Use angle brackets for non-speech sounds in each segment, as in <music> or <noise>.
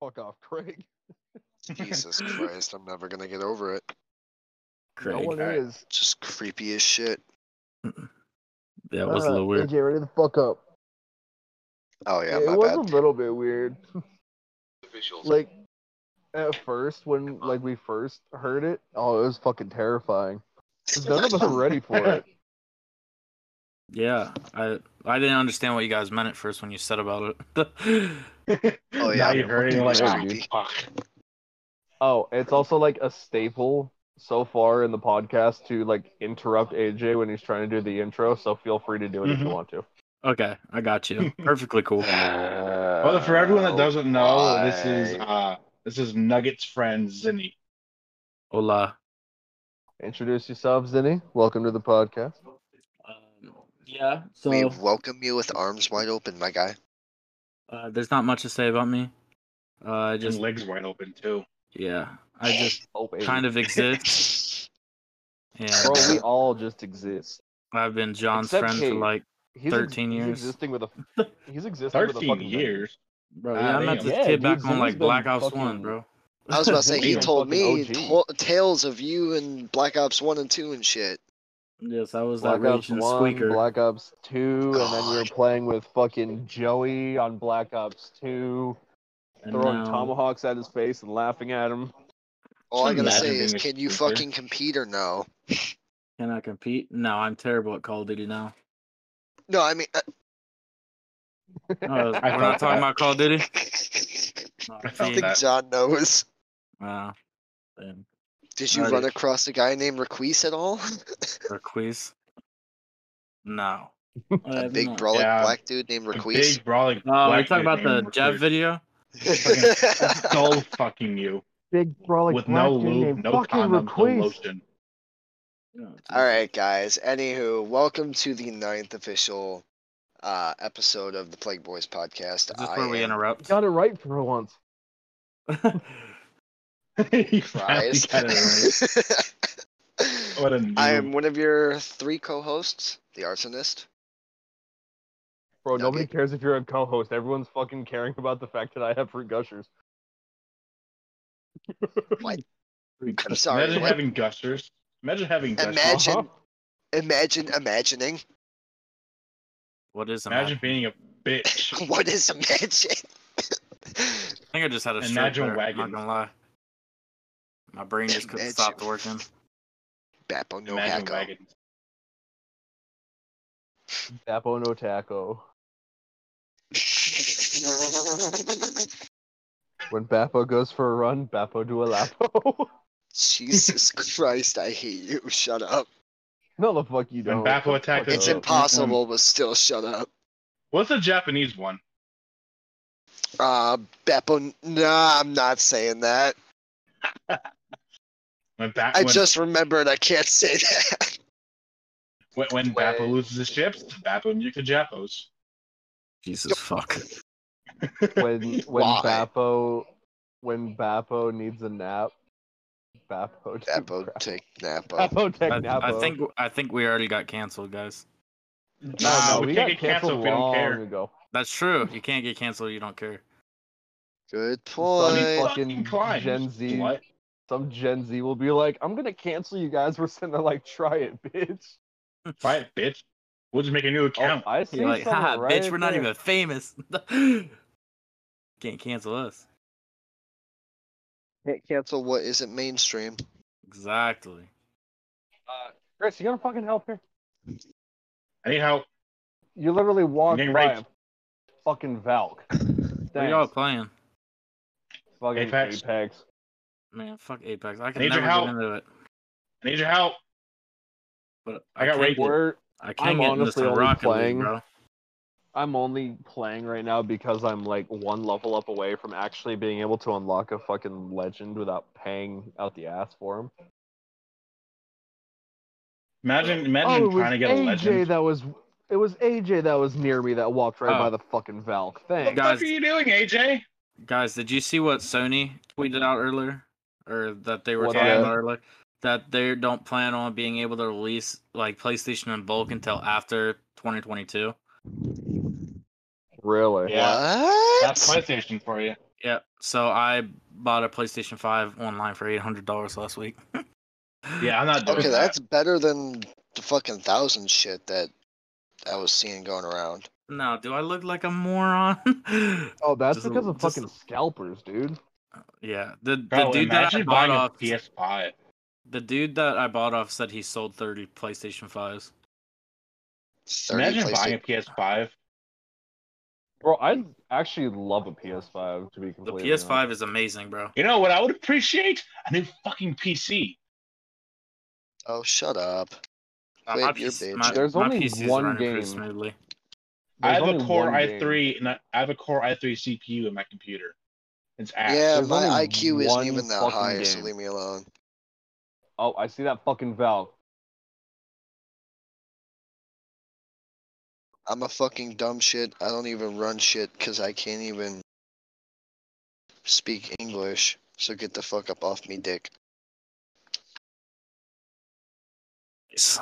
Fuck off, <laughs> Craig. <laughs> Jesus Christ, I'm never gonna get over it. no Craig. one alright. is. Just creepy as shit. That was a Uh, little weird. AJ, ready the fuck up. Oh yeah, it my was bad. a little bit <laughs> weird. Visuals. Like at first, when like we first heard it, oh, it was fucking <laughs> terrifying. 'Cause <laughs> None of us were ready for it. Yeah, I I didn't understand what you guys meant at first when you said about it. <laughs> <laughs> Oh yeah, Now you heard it, you're like, It's ah, creepy. fuck. Oh, it's also like a staple so far in the podcast to like interrupt AJ when he's trying to do the intro. So feel free to do it if you Mm-hmm. Mhm. want to. okay, I got <laughs> you. Perfectly <laughs> cool. Well, Well, for everyone that doesn't know, this is uh, this is Nuggets friend Zinni. Hola. Introduce yourself, Zinni. Welcome to the podcast. Um, yeah. we So welcome you with arms wide open, <laughs> my guy. uh, there's not much to say about me. Uh, I Just just legs wide open too. yeah, I just Oh, baby. kind of <laughs> exist, and Bro, we all just exist. I've been John's Except friend for Kate. like He's 13 he's years. existing with a. <laughs> He's existing with a Thirteen fucking. years. bro. Ah, yeah, I met damn. this Yeah, dude, kid back on Zinni's like been Black Ops One, fucking- bro. I was about to say he Damn, told me fucking OG. to- tales of you and Black Ops One and Two and shit. Yes, I was Black that Ops raging One, squeaker. Black Ops Two, and then <sighs> we were God. playing with fucking Joey on Black Ops Two, and throwing now- tomahawks at his face and laughing at him. All I Just gotta imagine say is, being a can you creeper. fucking compete or no? Can I compete? No, I'm terrible at Call of Duty now. No, I mean, uh, Uh, we're not thought talking that. about Call of Duty. Oh, I see? think that. John knows. Uh, damn. Did you Alrighty. run across a guy named Requise at all? Or quiz? <laughs> No. I a have big not. brawling Yeah. black dude named A Requise. big brawling. Oh, are you black talking dude about the named Jeff Recluse. <laughs> video? <laughs> So fucking you Big brolic with no lube, no condom, no lotion. <laughs> All right, guys. Anywho, welcome to the ninth official uh, episode of the Plague Boys podcast. Is this I where we am interrupt? Got it right for once. he <laughs> finally Prize. got it right. What a noob. <laughs> I am one of your three co-hosts, the arsonist. Bro, Okay. nobody cares if you're a co-host. Everyone's fucking caring about the fact that I have fruit gushers. I'm sorry. Imagine what? having gushers. Imagine having gushers. Imagine- Uh-huh. Uh-huh. Imagine imagining. <laughs> <laughs> What is a Imagine match? being a <laughs> bitch. What is imagine? <laughs> I think I just had a stroke Imagine there, I'm wagons. not gonna lie. My brain just couldn't Imagine- stop working. Bapo no Imagine hacko. wagons. Dapo no taco. When Bapo goes for a run, Bapo do a lapo. <laughs> <laughs> Jesus Christ, I hate you. Shut up. no, the fuck you When don't. Bapo attacked Fuck It's us- you. impossible, but still shut up. What's the Japanese one? Uh, Beppo, nah, I'm not saying that. When ba- I when, just remembered I can't say <laughs> that. when, when Way. Bappo loses his ships, <laughs> Bappo nuke the Japos. Jesus fuck. <laughs> when when Why? Bapo when Bapo needs a nap, <laughs> Bapo take Beppo, crap. take Napo. Bapo take I, Napo. I think I think we already got canceled, guys. No, no, we, can't get canceled. if We don't long care. Ago. That's true. You can't get canceled. You don't care. Good Some point. fucking climbs. Gen Z, What? some Gen Z will be like, "I'm gonna cancel you guys." <laughs> We're sitting there like, "Try it, bitch." Try it, bitch. We'll just make a new Oh, account. I see You're like, someone haha, right bitch, we're not there." even famous. <laughs> can't cancel us. Can't cancel what isn't mainstream. Exactly. Uh, Chris, you gonna fucking help here? I need help. You literally walked by Getting a raped. fucking Valk. What are y'all playing? Fucking Apex. Apex. Man, fuck Apex. I Need can your never help. get into it. I need your help. But I got can't raped. get- We're I can't I'm get into honestly some only Rocket playing- League, bro. I'm only playing right now because I'm like one level up away from actually being able to unlock a fucking legend without paying out the ass for him. Oh, Imagine, imagine trying to get a AJ legend. that was it was AJ that was near me that walked right Oh. by the fucking Valk. What Thanks. the Guys- fuck are you doing, AJ? Guys, did you see what Sony tweeted out earlier, or that they were What talking the- about earlier? That they don't plan on being able to release like PlayStation in bulk until after 2022. Really? Yeah. What? That's PlayStation for you. Yeah. So I bought a PlayStation 5 online for $800 last week. <laughs> Yeah, I'm not doing Okay, that. that's better than the fucking thousand shit that I was seeing going around. No, do I look like a moron? <laughs> Oh, that's Just a- because of just- fucking scalpers, dude. yeah. The, the Bro, dude that imagine I bought buying a off PS5. the dude that I bought off said he sold 30 PlayStation 5s. 30 Imagine PlayStation- buying a PS5. Bro, I'd actually love a PS5 to be The completely. honest. PS5 is amazing, bro. You know what I would appreciate? A new fucking PC. Oh, shut up. Uh, Wait, my, you're PC, bitch. my, There's my only PC's one running pretty game. smoothly. There's I have only a Core one game. i3 and I I have a Core i3 CPU in my computer. It's ass. yeah, there's my only IQ isn't one even that fucking high, so game. leave me alone. Oh, I see that fucking valve. I'm a fucking dumb shit. I don't even run shit because I can't even speak English. So get the fuck up off me, dick. Yes.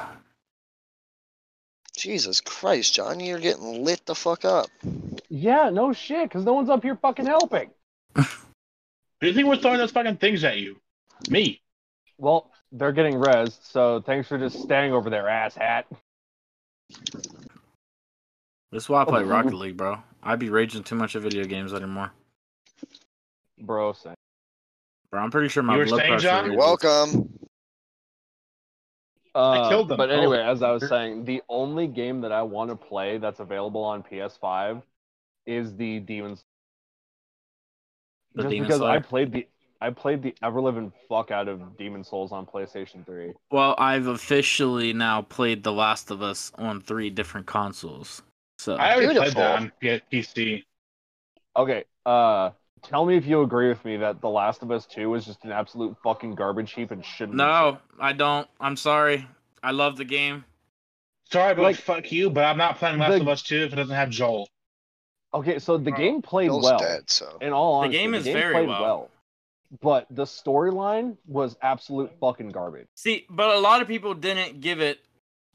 Jesus Christ, John, you're getting lit the fuck up. Yeah, no shit, because no one's up here fucking helping. Do you think we're throwing those fucking things at you? Me. Well, they're getting res, so thanks for just staying over there, ass hat. This is why I play Rocket League, bro. I'd be raging too much of video games anymore. Bro, same. Bro, I'm pretty sure my You were blood saying, pressure. John? raises. Welcome. Uh, killed them. But Oh. anyway, as I was saying, the only game that I want to play that's available on PS5 is the Demon's. The Just Demon because I Slayer. played the I played the ever living fuck out of Demon Souls on PlayStation 3. Well, I've officially now played The Last of Us on three different consoles. Uh, So I already played oh. Beautiful. that on P- PC. Okay, uh, tell me if you agree with me that The Last of Us 2 was just an absolute fucking garbage heap and shouldn't. no, I don't. I'm sorry. I love the game. Sorry, but Like- fuck you, but I'm not playing Last The- of Us 2 if it doesn't have Joel. Okay, so the Bro, game played Bill's well. dead, so. In all The honesty, game is very played well. but the storyline was absolute fucking garbage. See, but a lot of people didn't give it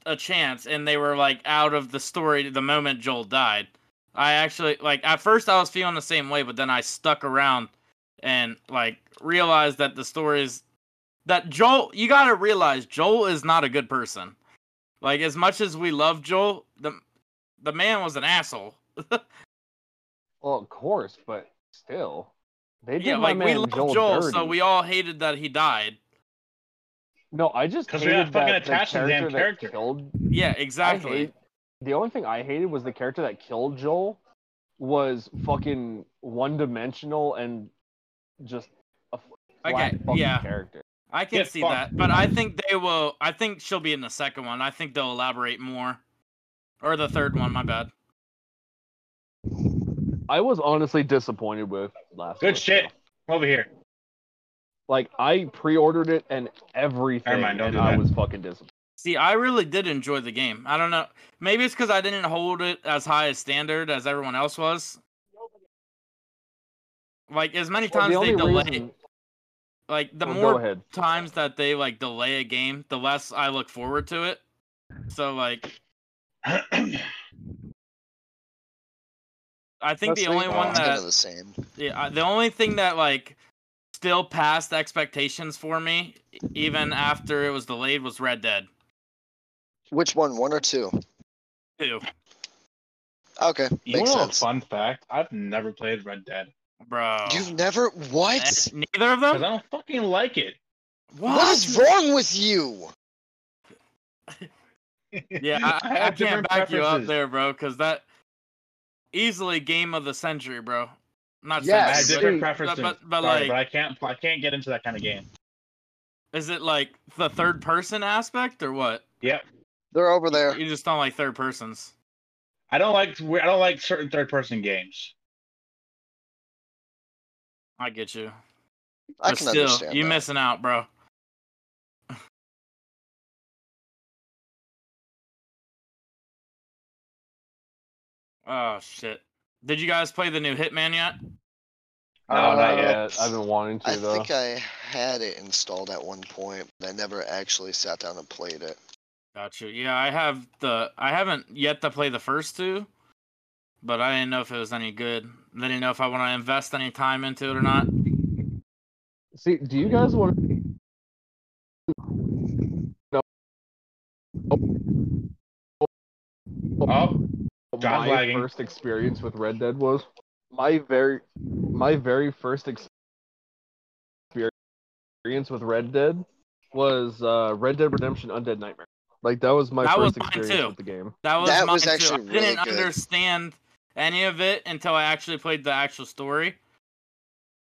a chance and they were like out of the story the moment Joel died. I actually like at first I was feeling the same way, but then I stuck around and like realized that the story is that Joel you got to realize Joel is not a good person. Like as much as we love Joel, the the man was an asshole. Well, of course, but still, they did Yeah, my like we man love Joel, Joel, so dirty. we all hated that he died. No, I just Because hated we got fucking that the attached to the damn character that character. killed. Yeah, I exactly. hate, the only thing I hated was the character that killed Joel was fucking one dimensional and just a flat Okay, fucking yeah. character. I can Get see fucked. that, but I think they will. I think she'll be in the second one. I think they'll elaborate more, or the third one. My bad. I was honestly disappointed with last. Good Us, shit. though. Over here. <clears throat> Like I pre-ordered it and everything, Never mind, don't and do I that. was fucking disappointed. See, I really did enjoy the game. I don't know. Maybe it's because I didn't hold it as high a standard as everyone else was. Like as many Well, times the they only delay, reason- like the well, more go ahead. times that they like delay a game, the less I look forward to it. So like, I think That's the only like- one it's that kind of the same. Yeah, I- the only thing that like still passed expectations for me, e- even after it was delayed, was Red Dead Which one? One or two? Two. Okay, you makes know a sense. fun fact? I've never played Red Dead. bro. You've never. What? Eh, Neither of Because them. I don't fucking like it. What is wrong with you? <laughs> Yeah, I, I, have can't different back you up preferences. there, bro, because that easily game of the century, bro. Not I Yes. have century, different But- preferences. but- but Sorry, like- but I can't I can't get into that kind of game. but is it like the third person aspect or what? They're over there. You just don't like third persons. I don't like I don't like certain third person games. I get you. I can But still, understand. you that. missing out, bro. <sighs> oh shit! Did you guys play the new Hitman yet? No, Uh, not yet. Yeah, I've been wanting to I though. think I had it installed at one point, but I never actually sat down and played it. Got you. Yeah, I have the. I haven't yet to play the first two, but I didn't know if it was any good. I didn't know if I want to invest any time into it or not. See, do you guys want to? No. Oh, my John lagging. first experience with Red Dead was my very, my very first ex- experience with Red Dead was uh, Red Dead Redemption Undead Nightmare. Like that was my That was first mine experience too. with the game. That was That mine was too. actually I really didn't good. understand any of it until I actually played the actual story.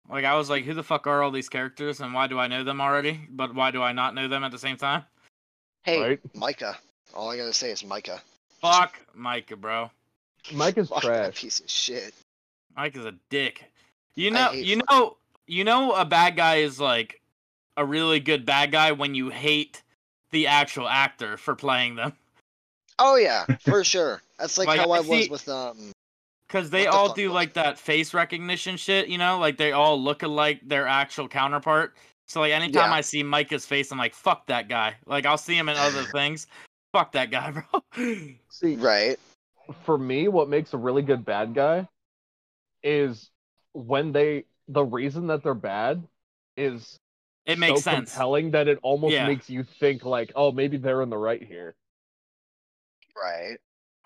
Like I was like, who the fuck are all these characters and why do I know them already? But why do I not know them at the same time? Hey, Right? Micah. All I gotta say is Micah. <laughs> Fuck Micah, bro. Mike is Fuck that trash. piece of shit. Micah's a dick. You I know hate you fuck- know you know a bad guy is like a really good bad guy when you hate the actual actor for playing them. Oh yeah, <laughs> for sure. That's like Like, how I I was see- with um. Because they What the all fuck do was like that face recognition shit, you know, like they all look alike their actual counterpart. So like anytime Yeah. I see Micah's face, I'm like, fuck that guy. Like I'll see him in <sighs> other things. Fuck that guy, <laughs> bro. See, Right. for me, what makes a really good bad guy is when they the reason that they're bad is It makes so sense. compelling that it almost Yeah. makes you think like, oh, maybe they're in the right here. Right.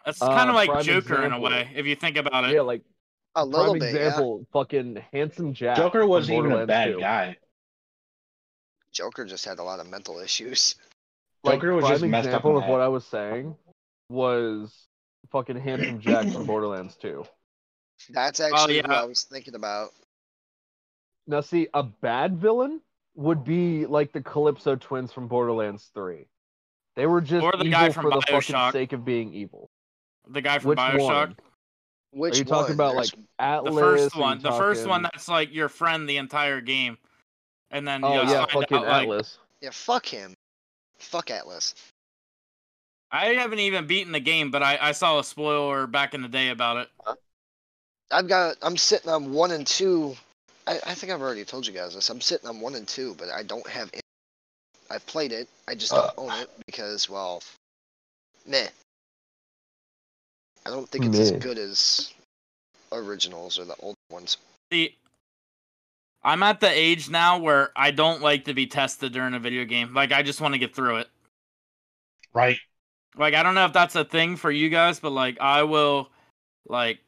That's Uh, kind of like prime Joker in a example. way, if you think about it. Yeah, like A prime little bit. Yeah. example, fucking handsome Jack. Joker from wasn't even a Borderlands bad 2. guy. Joker just had a lot of mental issues. <laughs> Like, Joker was prime just messed up example in of the what head. I was saying was fucking handsome Jack <coughs> from Borderlands 2. That's Oh, actually what yeah. I was thinking about. Now, see, a bad villain would be like the Calypso twins from Borderlands 3. They were just Or the evil guy from for the Bioshock. fucking sake of being evil. The guy from Which Bioshock. one? Which Are you talking one? about There's- like Atlas? The first Are you one. The first one talking- that's like your friend the entire game. And then Oh you yeah, find fucking out, like, Atlas. Yeah. Fuck him. Fuck Atlas. I haven't even beaten the game, but I, I saw a spoiler back in the day about it. I've got. I'm sitting on one and two. I, I think I've already told you guys this. I'm sitting on one and two, but I don't have. It. I've played it. I just don't Uh. own it because, well, meh. I don't think it's Meh. as good as originals or the old ones. See, I'm at the age now where I don't like to be tested during a video game. Like, I just want to get through it. Right. Like, I don't know if that's a thing for you guys, but like, I will, like,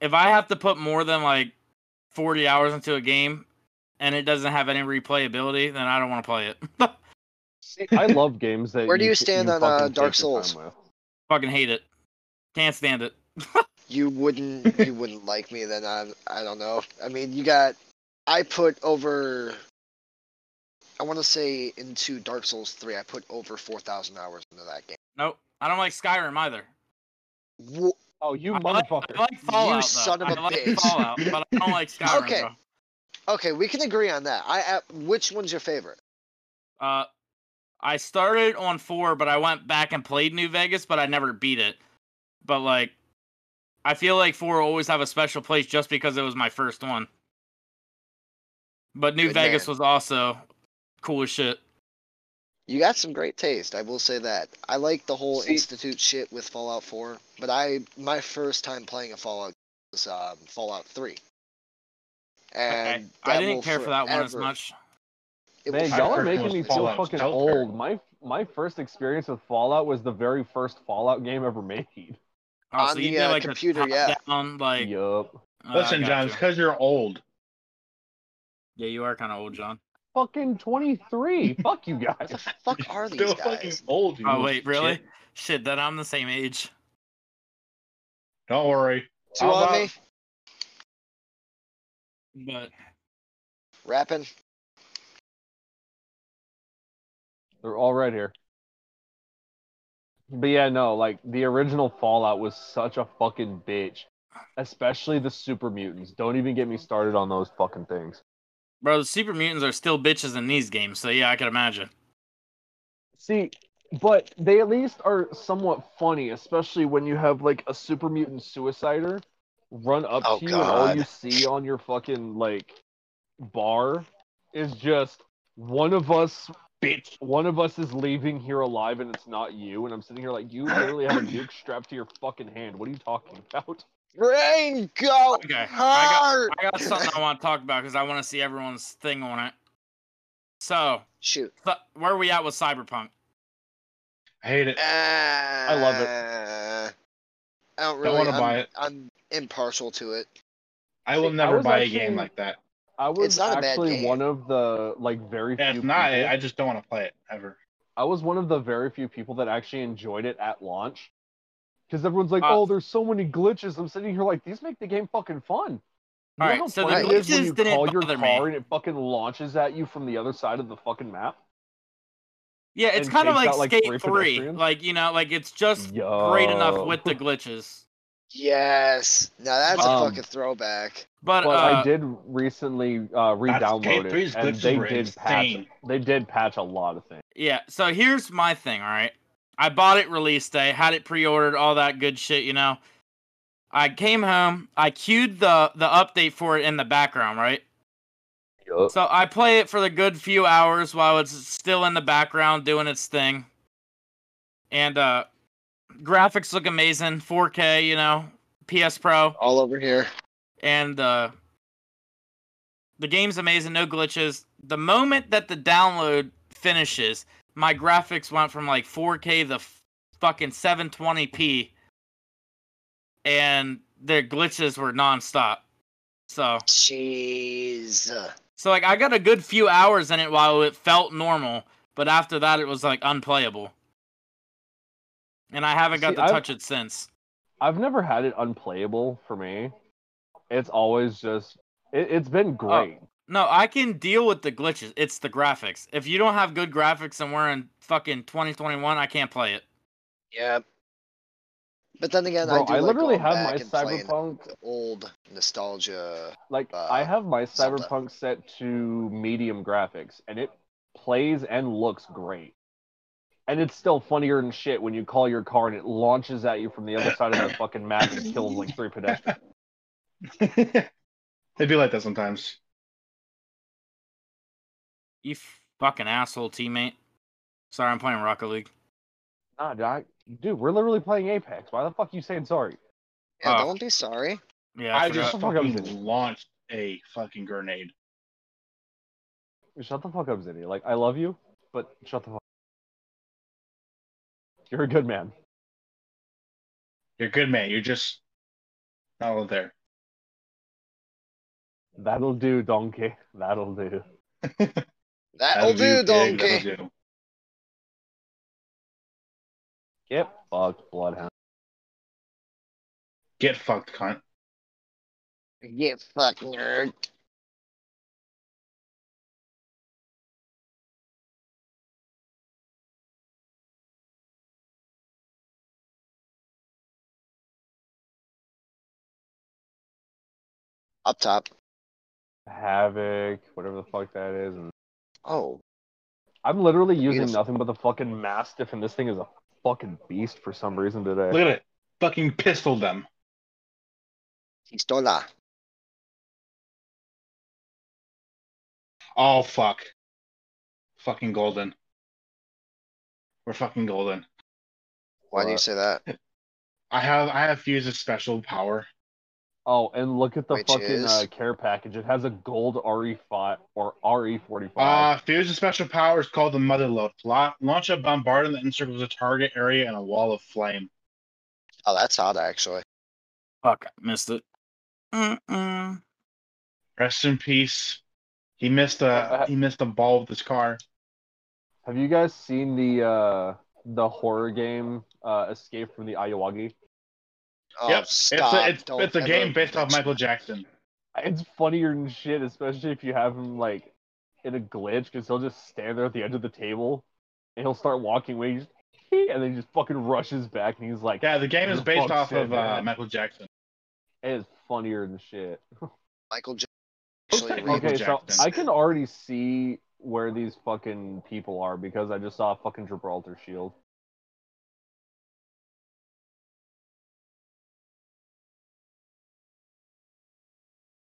if I have to put more than like 40 hours into a game and it doesn't have any replayability, then I don't want to play it. <laughs> See, I love games that. Where do you ca- stand on, fucking uh, take Dark your Souls? time with. Fucking hate it. Can't stand it. You wouldn't. you wouldn't like me then. I. I don't know. I mean, you got. I put over. I want to say into Dark Souls three. I put over four thousand hours into that game. Nope. I don't like Skyrim either. Wha- Oh, you I like, I motherfucker! like Fallout. though. son of I a like bitch. Fallout, but I don't <laughs> like Skyrim. Okay. Bro. Okay, we can agree on that. I uh, which one's your favorite? Uh, I started on four, but I went back and played New Vegas, but I never beat it. But like, I feel like four will always have a special place just because it was my first one. But New Good Vegas man. was also cool as shit. You got some great taste, I will say that. I like the whole institute shit with Fallout 4, but I my first time playing a Fallout was um, Fallout 3. Okay. And I that didn't will care for that one as forever- much. it will Man, I y'all are heard forever making was me influence feel Fallout fucking Shelter. old. My my first experience with Fallout was the very first Fallout game ever made. Oh, On so you the, did, uh, like, the computer, yeah. top-down, like, yup. uh, I <laughs> Listen, John, gotcha. because you're old. Yeah, you are kind of old, John. Fucking twenty three. Fuck you What the guys. fuck are <laughs> Still these fucking guys? old. you Oh little wait, really? shit. Shit, then I'm the same age. Don't worry. Two How on about- me? But Rapping? They're all right here. But yeah, no, like the original Fallout was such a fucking bitch. Especially the super mutants. Don't even get me started on those fucking things. bro, the super mutants are still bitches in these games, so yeah, I can imagine. See, but they at least are somewhat funny, especially when you have like a super mutant suicider run up Oh, to you and all God. you see on your fucking like bar is just one of us bitch one of us is leaving here alive and it's not you and I'm sitting here like you literally have a nuke strapped to your fucking hand. What are you talking <laughs> about? Brain go Okay, I got- hard. I got something I want to talk about because I want to see everyone's thing on it. So, Shoot. th- where are we at with Cyberpunk? I hate it. I love it. Uh, I don't really. wanna I'm- buy it. I'm impartial to it. I will See, I never was buy actually- a game like that. I was It's not a bad actually game. one of the like very Yeah, few. It's not. people- I I just don't want to play it <laughs> ever. I was one of the very few people that actually enjoyed it at launch. Because everyone's like, Uh, "Oh, there's so many glitches." I'm sitting here like, "These make the game fucking fun." You know All right, how so the fun it is when glitches you didn't call your bother car me. and it fucking launches at you from the other side of the fucking map. Yeah, it's and kind of takes like out, like, Skate three 3. pedestrians? Like, you know, like it's just Yo. great enough with the glitches. Yes. Now that's Um, a fucking throwback. But, But uh, I did recently uh, re-download K3's it, and glitches they were did patch. insane. They did patch a lot of things. yeah, so here's my thing, all right? I bought it release day, had it pre ordered, all that good shit, you know? I came home, I queued the, the update for it in the background, right? So I play it for the good few hours while it's still in the background doing its thing. And uh graphics look amazing, 4K, you know, PS Pro, All over here. and uh the game's amazing, no glitches. The moment that the download finishes, my graphics went from like 4K to f- fucking 720p and their glitches were nonstop. So Jeez. so like I got a good few hours in it while it felt normal, but after that it was like unplayable. And I haven't got See, to I've- touch it since. I've never had it unplayable for me. It's always just. It, it's been great. No, I can deal with the glitches. It's the graphics. If you don't have good graphics and we're in fucking 2021, I can't play it. Yep. But then again, Bro, I do I like literally going have back my and playing Cyberpunk the old nostalgia. Like uh, I have my Zelda. Cyberpunk set to medium graphics, and it plays and looks great. And it's still funnier than shit when you call your car and it launches at you from the other side of the fucking map and kills like <laughs> three pedestrians. It'd be like that sometimes. You fucking asshole teammate. Sorry, I'm playing Rocket League. Nah, dude, I- dude, we're literally playing Apex. Why the fuck you saying sorry? Yeah, Ah. Oh. don't be sorry. Yeah, I, I just forgot. Shut the fuck up, fucking Zinni. launched a fucking grenade. Shut the fuck up, Zinni. Like I love you, but shut the fuck. up. You're a good man. You're good, man. You're just not all there. That'll do, donkey. That'll do. That'll, do, That'll donkey. That'll do. Get fucked, bloodhound. Get fucked, cunt. Get fucked, nerd. Up top. Havoc, whatever the fuck that is. and Oh, I'm literally using Beautiful. nothing but the fucking Mastiff, and this thing is a fucking beast for some reason today. Look at it. Fucking pistol them. pistola. Oh fuck. Fucking golden. We're fucking golden. Why do you What? say that? I have I have Fuse's special power. Oh, and look at the Which fucking is? uh, care package. It has a gold RE5 or E RE45. Uh, Fuse's special power is called the Motherload. La- Launch a bombardment that encircles a target area in a wall of flame. Oh, that's hot, actually. Fuck, I missed it. Mm-mm. Rest in peace. He missed a he missed a ball with his car. Have you guys seen the uh, the horror game uh, Escape from the Ayawagi? Oh, Yep, stop. it's a Don't it's, it's a ever game based off mention Michael that. Jackson. It's funnier than shit, especially if you have him like in a glitch, because he'll just stand there at the edge of the table, and he'll start walking away, he's just, and then he just fucking rushes back, and he's like, Yeah, the game is Who the based fuck off said of uh, that? Michael Jackson. it is funnier than shit. Michael Jackson. Okay, Actually, Michael Okay, okay, so Jackson. I can already see where these fucking people are because I just saw fucking Gibraltar Shield.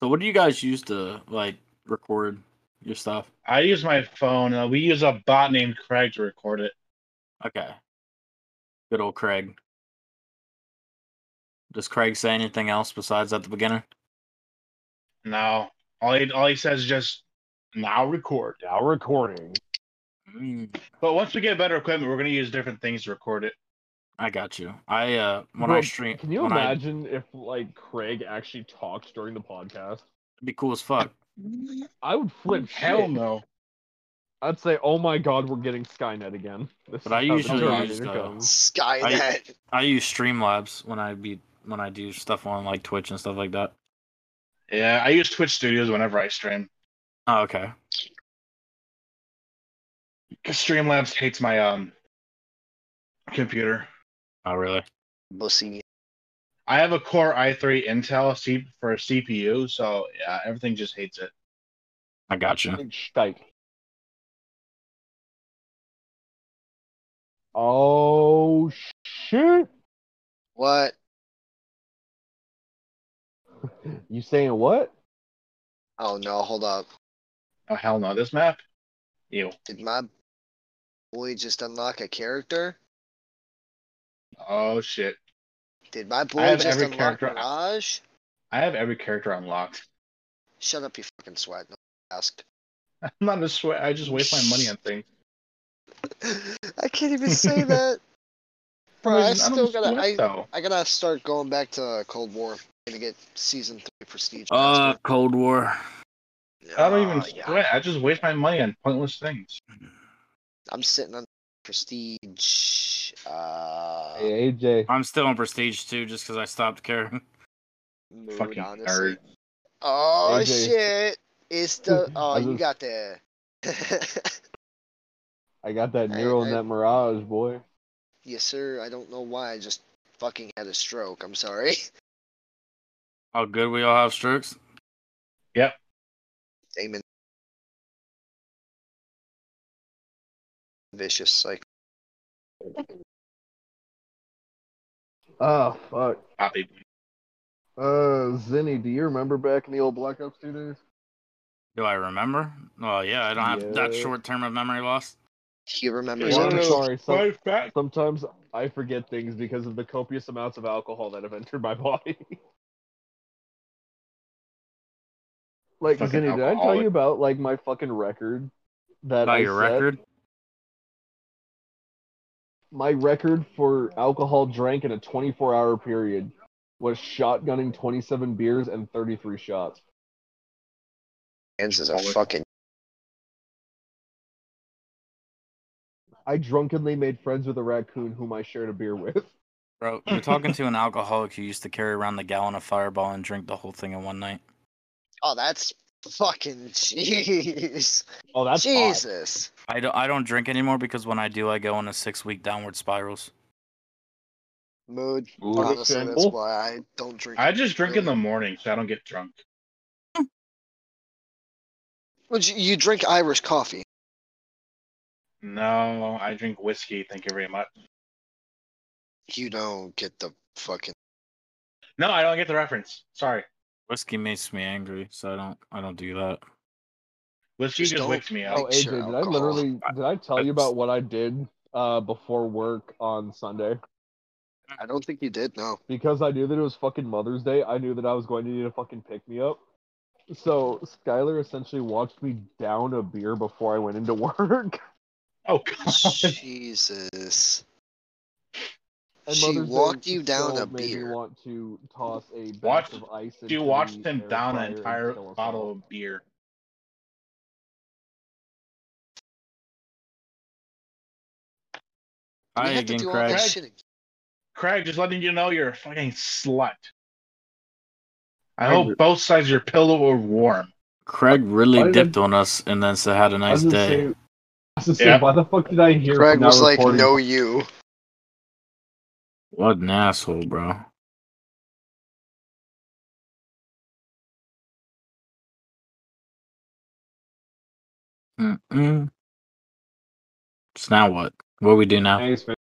So what do you guys use to like record your stuff? I use my phone. Uh, we use a bot named Craig to record it. Okay. Good old Craig. Does Craig say anything else besides at the beginning? No, all he all he says is just now record. Now recording. Mm, But once we get better equipment, we're gonna use different things to record it. I got you. I uh when I Bro, stream, Can you when I- imagine if like Craig actually talked during the podcast? it'd be cool as fuck. I would flip Hell shit. no. I'd say, "Oh my god, we're getting Skynet again." This But I is how the usually Terminator use, uh, <laughs> comes. Skynet. I use Streamlabs when I be when I do stuff on like Twitch and stuff like that. Yeah, I use Twitch Studios whenever I stream. Oh, okay. Cause Streamlabs hates my um computer. Oh, really? Bussy. I have a Core i3 Intel C- for a CPU, so yeah, everything just hates it. I got you. Big shite. Oh shit! What? You saying what? Oh no, hold up. Oh hell no, this map. Ew. Did my boy just unlock a character? Oh shit. Did my boy have just every unlock character- Mirage? I have every character unlocked. <laughs> Shut up, you fucking sweat. No one asked. <laughs> I'm not a sweat. I just waste my money on things. I can't even <laughs> say that. Bro, I still gotta. I, though. I gotta start going back to Cold War. gonna get season three prestige. Uh, faster. Cold War. I don't even Ah, yeah. sweat. I just waste my money on pointless things. I'm sitting on prestige. Uh, Hey AJ, I'm still in Prestige too, just because I stopped caring. <laughs> mood, Fucking honestly. nerd. Oh AJ. shit! It's <laughs> the. Oh, I you just- got the. <laughs> I got that Hey, neural hey. net Mirage, boy. yes, sir. I don't know why. I just fucking had a stroke. I'm sorry. <laughs> How good we all have strokes. Damon. Vicious cycle. Oh fuck. Poppy. Uh, Zinni, do you remember back in the old Black Ops 2 days? Do I remember? Well, yeah, I don't have that Yeah. short term of memory loss. He remembers. Yeah, sorry, everything. so- Sometimes I forget things because of the copious amounts of alcohol that have entered my <laughs> body. like, Fucking Zinni, did I tell alcoholic. you about like my fucking record? That I About your set? record? My record for alcohol drank in a 24-hour period was shotgunning 27 beers and 33 shots. Hands is a fucking. I drunkenly made friends with a raccoon whom I shared a beer with. Bro, you're talking to an alcoholic who used to carry around the gallon of fireball and drink the whole thing in one night. Oh, that's fucking <laughs> jeez. Oh, that's hot. Jesus. I don't, I don't drink anymore because when I do, I go into six week downward spirals. Mood. Ooh, Honestly, okay. that's why I don't drink. I just drink in the morning so I don't get drunk. Well, you, you drink Irish coffee. No, I drink whiskey. Thank you very much. You don't get the fucking. No, I don't get the reference. Sorry. Whiskey makes me angry, so I don't I don't do that. Whiskey Just just, don't- wakes me <laughs> up. Oh, Like, AJ, sure, did I alcohol. literally did I tell you That's- about what I did uh, before work on Sunday? I don't think you did. <laughs> No. Because I knew that it was fucking Mother's Day, I knew that I was going to need a fucking pick me up. So Skylar essentially watched me down a beer before I went into <laughs> work. Oh, <laughs> god. Jesus. And She Mother's Day walked you down still a made me beer. want to toss a batch Watched- of ice. into you watched the him air down fryer an and entire kill us bottle all. of beer. We I have to again, do all that Craig. shit again. Craig, just letting you know you're a fucking slut. I Craig- hope both sides of your pillow are warm. Craig Why really did I- dipped on us and then said, had a I was nice gonna day. say- I was gonna say, Yeah. why the fuck did I hear? Craig from that was like, recording? "No, you." What an asshole, bro. Mm-mm. So now what? What do we do now? Thanks, man.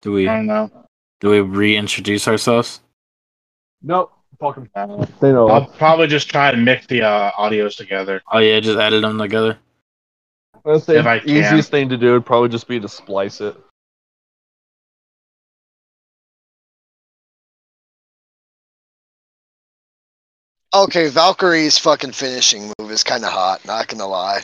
Do we I don't know. do we reintroduce ourselves? No, fucking I don't know. stay no. I'll probably just try and mix the uh, audios together. Oh yeah, just edit them together. I would say If I the easiest thing to do would probably just be to splice it. Okay, Valkyrie's fucking finishing move is kind of hot. Not gonna lie.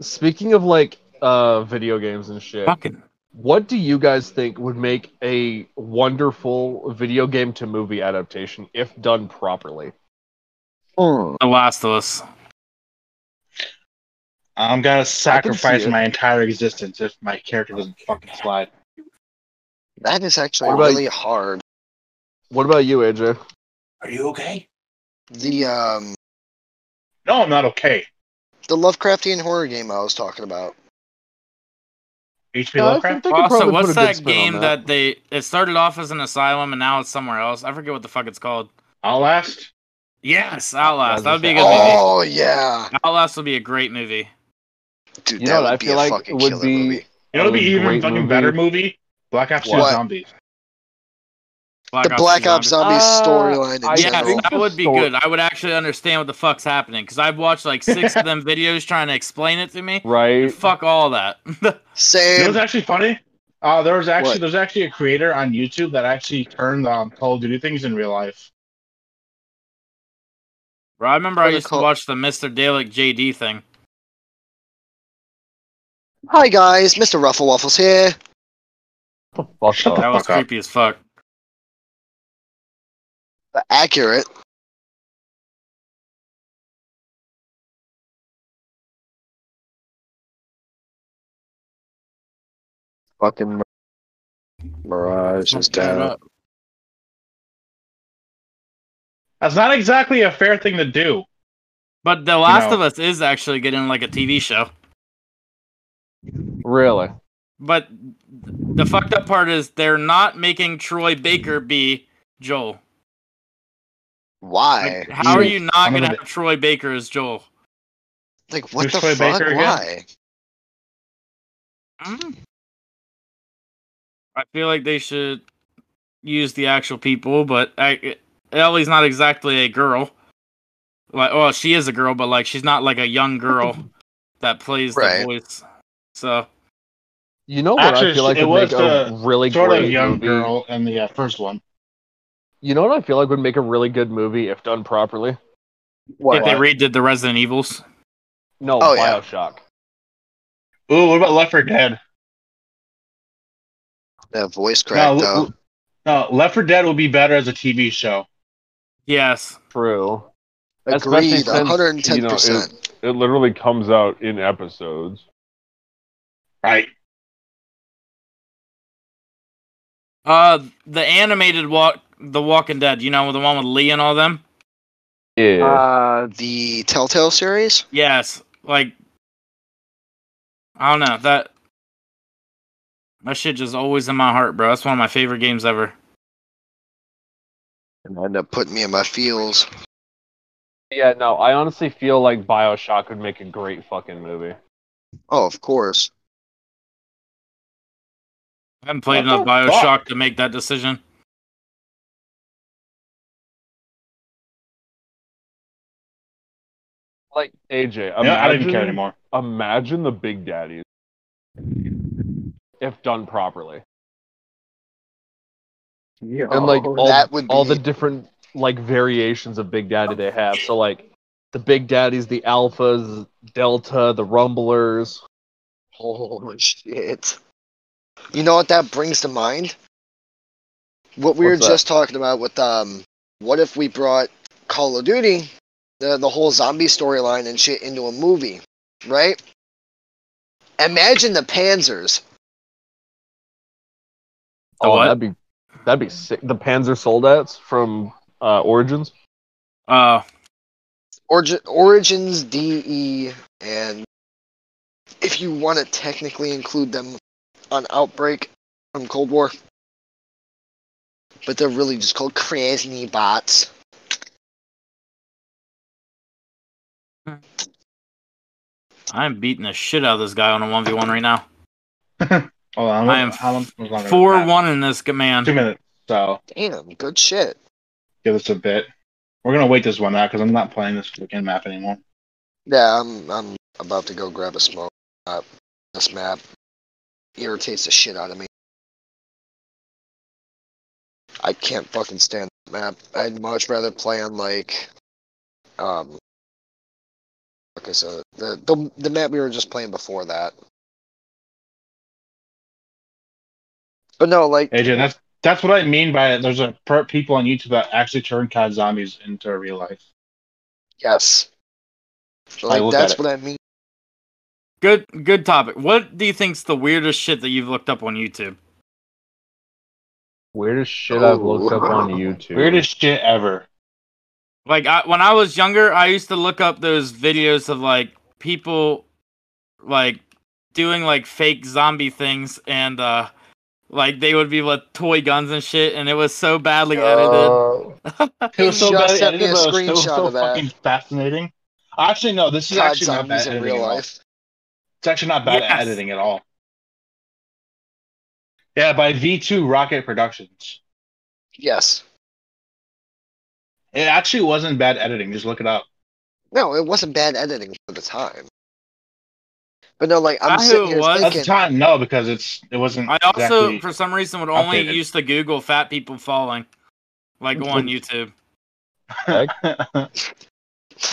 Speaking of like uh video games and shit, Fucking. what do you guys think would make a wonderful video game to movie adaptation if done properly? Hmm. The Last of Us. I'm gonna sacrifice it. my entire existence if my character doesn't fucking slide. That is actually What about- really hard. What about you, AJ? Are you okay? The um No, I'm not okay. the Lovecraftian horror game I was talking about. HP Yeah, I Lovecraft. think they could Also, probably put what's a good that spin on game that. they it started off as an asylum and now it's somewhere else? I forget what the fuck it's called. Outlast. Yes, Outlast. That would be a good movie. Oh yeah, Outlast would be a great movie. dude, You know that what would I be feel a like fucking would killer be- movie. You know, it'll be That was a even great fucking movie. better movie. Black Ops Two What? Zombies. The Black Ops Zombies Uh, storyline in I Yeah, general. think- that would be Stor- good. I would actually understand what the fuck's happening because I've watched like six <laughs> of them videos trying to explain it to me. Right? Fuck all that. <laughs> You know Same. what's actually funny? Uh, there was actually What? there's actually a creator on YouTube that actually turned um, Call of Duty things in real life. Bro, I remember What I are they used to called? watch the Mr. Dalek JD thing. Hi guys, Mr. Ruffle Waffles here. Fuck Shut Oh, up. the That was fuck up. creepy as fuck. Accurate. Fucking Mirage is down. That's not exactly a fair thing to do. But The Last know. of Us is actually getting like a TV show. Really? But the fucked up part is they're not making Troy Baker be Joel. Why? Like, how are you not I'm gonna gonna- have Troy Baker as Joel? Like what Who's the Troy fuck? Baker again? Why? Hmm? I feel like they should use the actual people, but I, Ellie's not exactly a girl. Like, well, she is a girl, but like she's not like a young girl that plays Right. the voice. So You know what Actually, I feel like it would make was a the really Sort great of young movie? girl in the uh, first one. You know what I feel like would make a really good movie if done properly? if they redid the Resident Evils, No, Oh, yeah. Bioshock. Ooh, what about Left 4 Dead? That voice crack no, though. l- l- no, Left 4 Dead will be better as a TV show. yes, True. especially Agreed, since, you know, one hundred and ten percent. It literally comes out in episodes. Right. uh, the animated walk, The Walking Dead, you know, the one with Lee and all them. Yeah. Uh, the Telltale series. Yes, like I don't know that that shit just always in my heart, bro. That's one of my favorite games ever. and end up putting me in my feels. yeah, no, I honestly feel like Bioshock would make a great fucking movie. Oh, of course. I haven't played What enough the Bioshock fuck? to make that decision. Like AJ, Yeah, I don't even care imagine, anymore. imagine the Big Daddies if done properly, and like all, Oh, that would be all the different like variations of Big Daddy they have. So like the Big Daddies, the Alphas, Delta, the Rumblers. <laughs> holy shit. You know what that brings to mind? What we What's were that? just talking about with um, what if we brought Call of Duty, the the whole zombie storyline and shit into a movie, right? Imagine the Panzers. The oh, what? that'd be that'd be sick. The Panzer Soldats from uh, Origins. Uh, Origin, Origins DE, and if you want to technically include them on Outbreak from Cold War, but they're really just called crazy bots. I'm beating the shit out of this guy on a one v one right now. Hold on. I am how long was longer than Four that? one in this g- Two man. minutes. So Damn, good shit. give us a bit. We're gonna wait this one out because I'm not playing this fucking map anymore. Yeah, I'm I'm about to go grab a smoke. Uh, this map irritates the shit out of me. I can't fucking stand that map. I'd much rather play on like Um, okay, so the, the the map we were just playing before that. But no, like AJ, that's that's what I mean by it. There's a per- people on YouTube that actually turn COD zombies into real life. yes, like look at that's it. what I mean. Good good topic. What do you think's the weirdest shit that you've looked up on YouTube? Weirdest shit I've I've looked looked up up on on YouTube. Weirdest shit ever. Like I, when I was younger, I used to look up those videos of like people like doing like fake zombie things and uh like they would be with toy guns and shit and it was so badly edited. Uh, It was so Just bad sent me edited, a but it was so, screenshot so of that. fucking fascinating. Actually, no, this is COD actually not zombies bad in editing real at all. life. It's actually not bad at Yes. editing at all. Yeah, by V2 Rocket Productions. Yes. It actually wasn't bad editing. Just look it up. No, it wasn't bad editing for the time. But no, like I'm I sitting knew it here was. At the thinking, <laughs> time, no, because it's it wasn't. I also exactly- for some reason would only updated. used to Google fat people falling. Like <laughs> on YouTube. Like,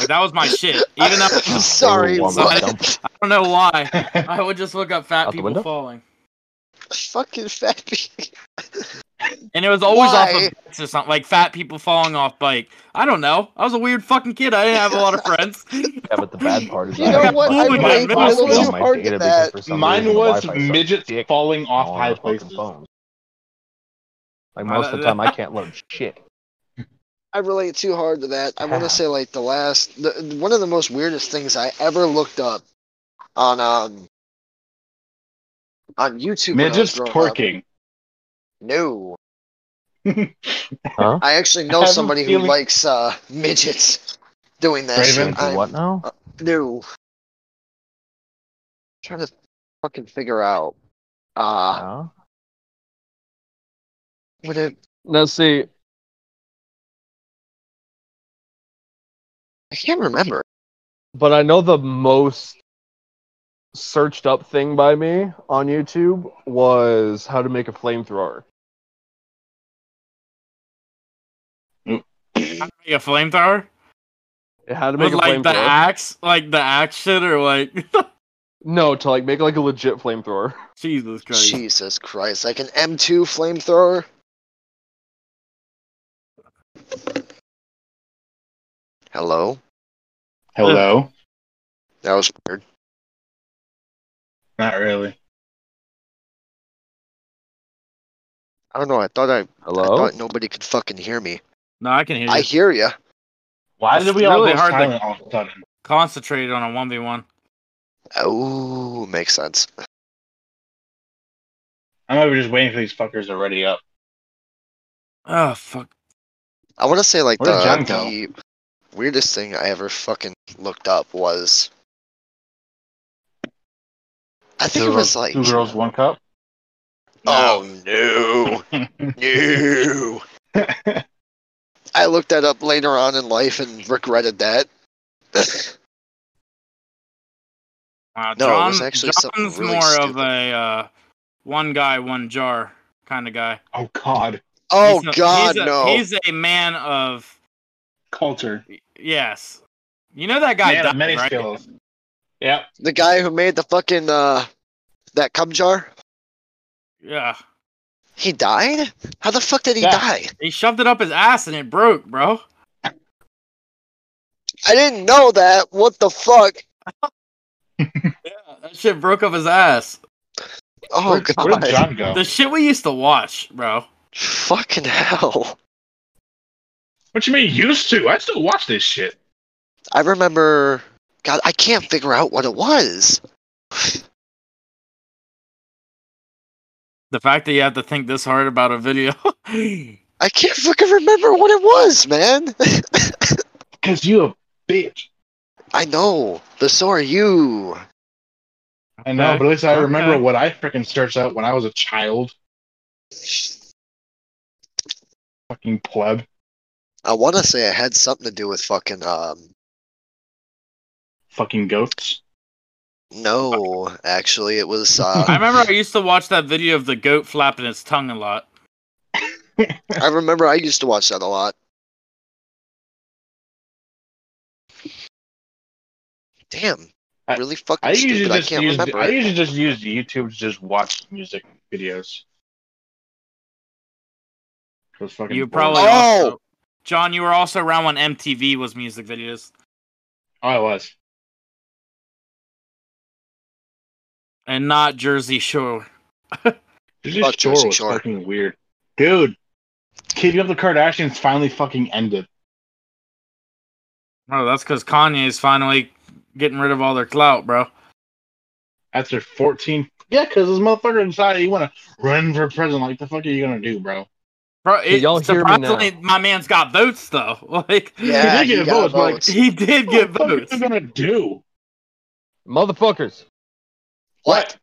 that was my shit. Even though I <laughs> I'm sorry, Oh, woman, but don't know why. <laughs> I would just look up fat Out the people window? falling. <laughs> fucking fat people. And it was always off Why? of bikes or something, like fat people falling off bike. I don't know. I was a weird fucking kid. I didn't have a lot of friends. <laughs> Yeah, but the bad part is You I know have what? my I phone. relate My a little phone too my hard to data that. because for some Mine reason the was Wi-Fi sucks midgets dick falling off on high my fucking places. phone. Like Uh, most of the that- time, I can't load <laughs> shit. I relate too hard to that. I want to say like the last, the, one of the most weirdest things I ever looked up on um on YouTube. when I was Midgets growing up. twerking. No, Huh? I actually I know have a somebody who feeling- likes uh midgets doing that. shit. Raven? I'm- What now? No. trying to fucking figure out. Uh, No. would it? Now see, I can't remember. but I know the most searched up thing by me on YouTube was how to make a flamethrower. Like a flamethrower? How to make With a like the flamethrower? axe, like the axe shit, or like <laughs> no, to like make like a legit flamethrower. <laughs> Jesus Christ. Jesus Christ! Like an M2 flamethrower. Hello. Hello. That was weird. Not really. I don't know. I thought I, I Oh. Hello. thought nobody could fucking hear me. No, I can hear you. I hear you. Why It's did we all really go hard to- silent all of a sudden? Concentrate on a one v one. Oh, makes sense. I'm over just waiting for these fuckers to ready up. Oh fuck. I want to say like Where did the, John go? the weirdest thing I ever fucking looked up was. I think Two it was girls- like two girls, one cup. Oh no, <laughs> no! I looked that up later on in life and regretted that. Uh, No, it John, was actually something John's really more of stupid. a uh, one guy, one jar kind of guy. oh God, oh He's a- God, he's a, no! He's a man of culture. yes. You know that guy Man of died, many right? skills. Yeah, The guy who made the fucking uh, that cum jar, Yeah. he died. How the fuck did he Yeah. die? He shoved it up his ass and it broke, bro. I didn't know that. What the fuck? Yeah, that shit broke up his ass. Oh where, God! where did John go? <laughs> The shit we used to watch, bro. Fucking hell. What you mean used to? I still watch this shit. I remember. God, I can't figure out what it was. The fact that you have to think this hard about a video. <laughs> I can't fucking remember what it was, man. <laughs> Cause you a bitch. I know. But so are you. I know, but at least I remember Okay. what I freaking searched out when I was a child. <laughs> Fucking pleb. I want to say it had something to do with fucking um. Fucking goats. No, actually, it was I <laughs> uh. remember I used to watch that video of the goat flapping its tongue a lot. I remember I used to watch that a lot. Damn. I- Really fucking I usually stupid. I just can't use remember. I it. usually <laughs> just use YouTube to just watch music videos. 'Cause fucking You bored. probably Oh! also- John, you were also around when MTV was music videos. I Oh, was. And not Jersey Shore. Jersey Fuck Shore Oh, Jersey was Shore. fucking weird, dude. Keeping Up with the Kardashians finally fucking ended. Oh, that's because Kanye's finally getting rid of all their clout, bro. after 14. Yeah, because this motherfucker decided he want to run for president. Like, the fuck are you gonna <laughs> do, bro? Bro, Can it, y'all hear me now? surprisingly, my man's got votes though. <laughs> Like Yeah, did get he got votes, like- votes. he did <laughs> get what the fuck votes. are you gonna do? Motherfuckers. What?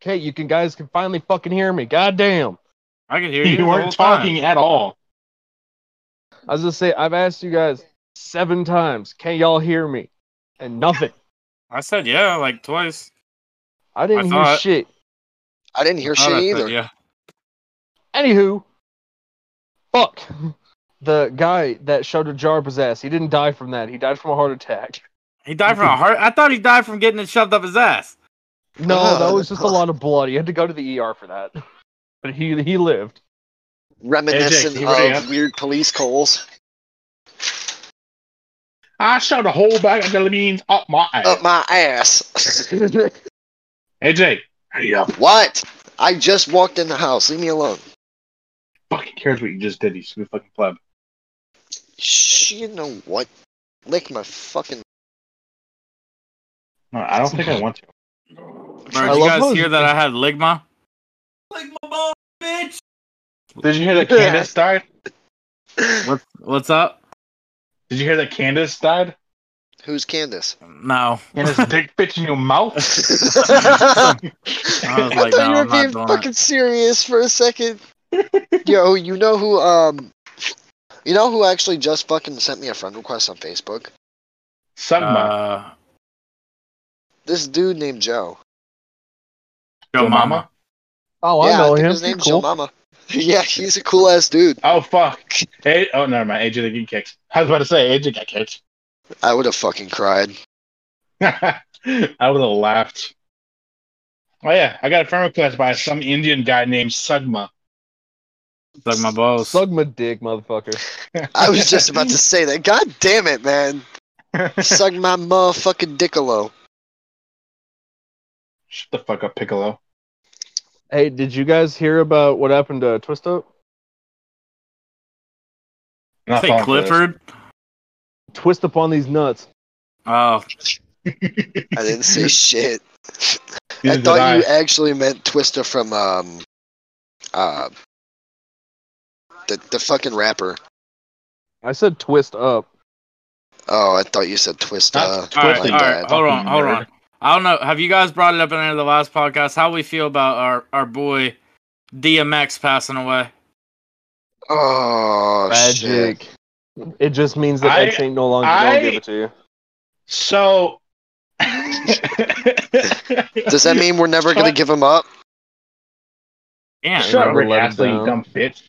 Okay, you can guys can finally fucking hear me. God damn. I could hear you. the You whole weren't time. talking at all. I was gonna say I've asked you guys seven times, can y'all hear me? And nothing. I said yeah, like twice. I didn't hear thought- shit. I didn't hear I shit thought I said either. Yeah. Anywho, fuck. The guy that showed a jar up his ass, he didn't die from that. He died from a heart attack. He died from a heart. I thought he died from getting it shoved up his ass. No, <laughs> that was just a Ugh. lot of blood. He had to go to the ER for that. But he he <laughs> lived. Reminiscent you ready of up? weird police calls I shoved a whole bag of jelly beans up my ass. up my ass. <laughs> AJ, hurry up. what? I just walked in the house. Leave me alone. Fucking cares what you just did, you stupid fucking pleb. Sh- you know what? Lick my fucking. No, I don't think I want to. Bro, I did you love guys those- hear that I had ligma? Ligma ball, bitch. Did you <laughs> hear that Candace died? What's what's up? Did you hear that Candace died? Who's Candace? No. <laughs> Candace dick bitch in your mouth? I I <laughs> was thought like, no, you were I'm not being doing fucking serious for <laughs> a second. Yo, you know who? Um, you know who actually just fucking sent me a friend request on Facebook? it. Suck my Uh, This dude named Joe. Yo, Yo, mama. mama. Oh, yeah, I know think him. his He's name's Joe cool. Mama. <laughs> yeah, he's a cool ass dude. Oh, fuck. A- oh, never mind. AJ didn't get kicked. I was about to say, AJ got kicked. <laughs> I would have fucking cried. I would have laughed. Oh yeah, I got a friend request by some Indian guy named Sugma. Suck my balls. Suck my Oh, dick, motherfucker. I was just <laughs> about to say that. God damn it, man! Suck my motherfucking dickalo. <laughs> Shut the fuck up, Piccolo. Hey, did you guys hear about what happened to Twist Up? I'm not Say falling for this. Clifford. Twist up on these nuts. Oh, I <laughs> didn't <laughs> say shit. I Neither did thought I. you actually meant Twister from um, uh, the the fucking rapper. I said twist up. Oh, I thought you said Twista. Not all right, all Twisted My right. bad. Hold on, Fucking hold nerd. on. I don't know. Have you guys brought it up in any of the last podcast? How we feel about our our boy DMX passing away? Oh shit! Magic. It just means that I- X ain't no longer I- gonna give it to you. So <laughs> <laughs> Does that mean we're never gonna Shut- give him up? Yeah. Shut up, Never Rick let him Astley, you down. dumb bitch.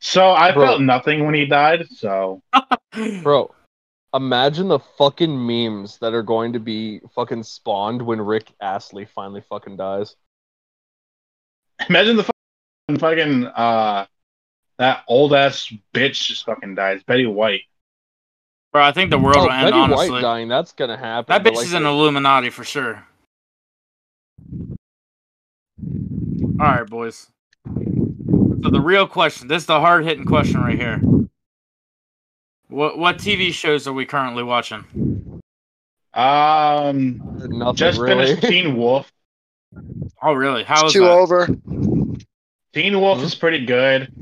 So I Bro. felt nothing when he died, so Bro, imagine the fucking memes that are going to be fucking spawned when Rick Astley finally fucking dies. Imagine the fucking, fucking uh that old ass bitch just fucking dies. Betty White. Bro, I think the world Oh, will end Betty honestly. White dying, that's gonna happen. that but, bitch like, is an Illuminati for sure. All right, boys. So the real question, this is the hard hitting question right here. What what TV shows are we currently watching? Um nothing just really. finished Teen Wolf. Oh really? How is Two that? over. Teen Wolf Hmm? is pretty good.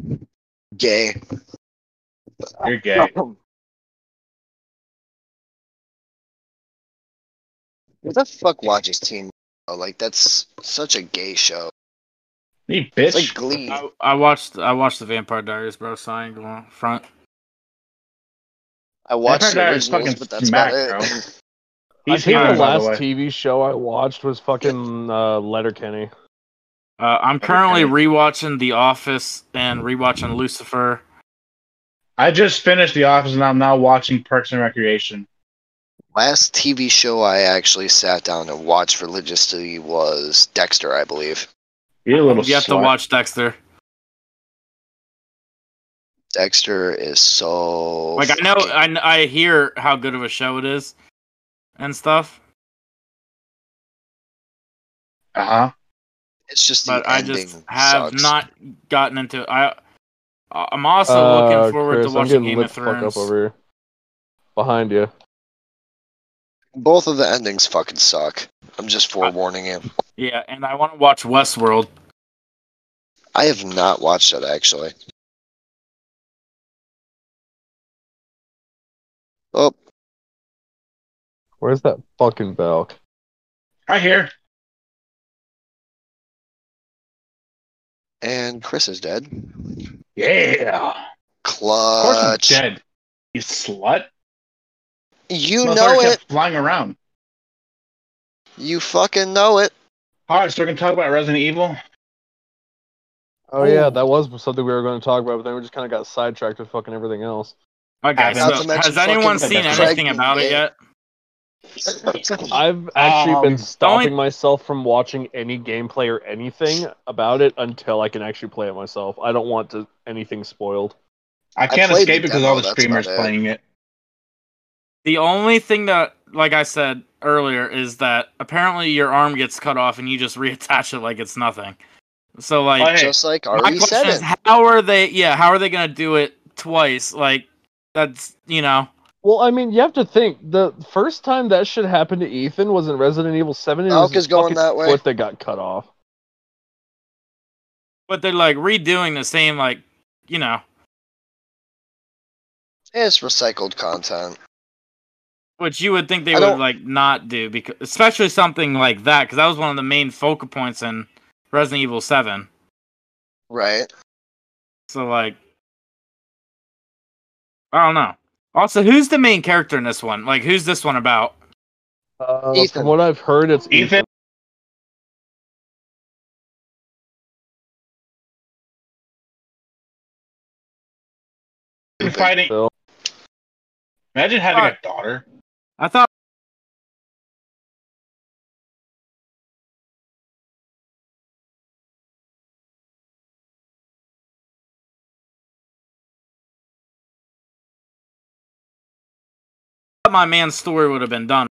Gay. You're gay. What the fuck watches Teen? Oh, like that's such a gay show. You It's like bitch. Glee. I, I watched I watched the Vampire Diaries, bro. So I ain't going up front. I watched the Vampire Diaries originals, fucking but that's smack, about <laughs> bro. it. <laughs> I think He's the human, by the last way. TV show I watched was fucking uh, Letterkenny. Uh, I'm Okay. currently rewatching The Office and rewatching Lucifer. I just finished The Office and I'm now watching Parks and Recreation. Last TV show I actually sat down and watched religiously was Dexter, I believe. You're a little. You have to slut. watch Dexter. Dexter is so Like I know, uh, fucking- I kn- I hear how good of a show it is, and stuff. Uh huh. it's just the But I ending just have sucks. not gotten into. I I'm also looking forward Uh, Chris, to I'm watching getting Game lit of the fuck Thrones. Up over here. Behind you. Both of the endings fucking suck. I'm Uh, just forewarning you. Yeah, and I want to watch Westworld. I have not watched it actually. Oh, Where's that fucking bell? I hear. and Chris is dead. Yeah. Of course Clutch. he's dead. You slut. You Motherfucker know it. kept Flying around. You fucking know it. All right, so we're gonna talk about Resident Evil. Oh yeah, that was something we were going to talk about, but then we just kind of got sidetracked with fucking everything else. Okay, Haven't- so Not to mention has anyone fucking seen Craig anything about Mayer. it yet? I've actually Um, been stopping only- myself from watching any gameplay or anything about it until I can actually play it myself. I don't want to, anything spoiled. I can't played escape the it because demo, all the that's streamers about it. playing it. The only thing that, like I said earlier, is that apparently your arm gets cut off and you just reattach it like it's nothing. So like, Oh, hey, Just like my question is, RE7. how are they? Yeah, how are they gonna do it twice? Like, that's you know, Well, I mean, you have to think the first time that shit happened to Ethan was in Resident Evil Seven. And it Elk was his is going fucking that way. Foot that got cut off. but they're like redoing the same like, you know, It's recycled content. which you would think they I would don't- like not do because especially something like that because that was one of the main focal points in Resident Evil Seven. Right. So like, I don't know. Also, who's the main character in this one? Like, who's this one about? Uh, Ethan. From what I've heard, it's Ethan. Ethan. Ethan. Fighting. Phil. Imagine having a daughter. I thought my man's story would have been done.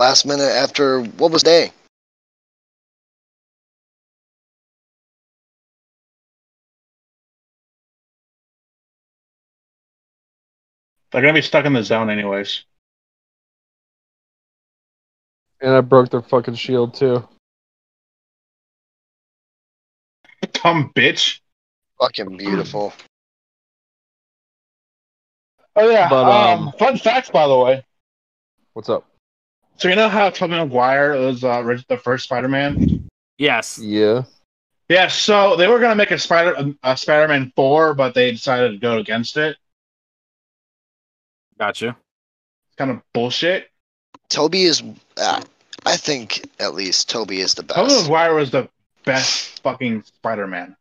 Last minute after what was day? They're gonna be stuck in the zone anyways. <laughs> and I broke their fucking shield too. Dumb bitch. Fucking beautiful. Oh yeah. But, um, um, fun facts, by the way. What's up? So you know how Tobey Maguire was uh, orig- the first Spider-Man? Mm. Yes. Yeah. Yeah. So they were gonna make a Spider um, a Spider-Man four, but they decided to go against it. Gotcha. Uh, Kind of bullshit. Toby is. Uh, I think at least Toby is the Tobey best. Maguire was the best fucking Spider-Man.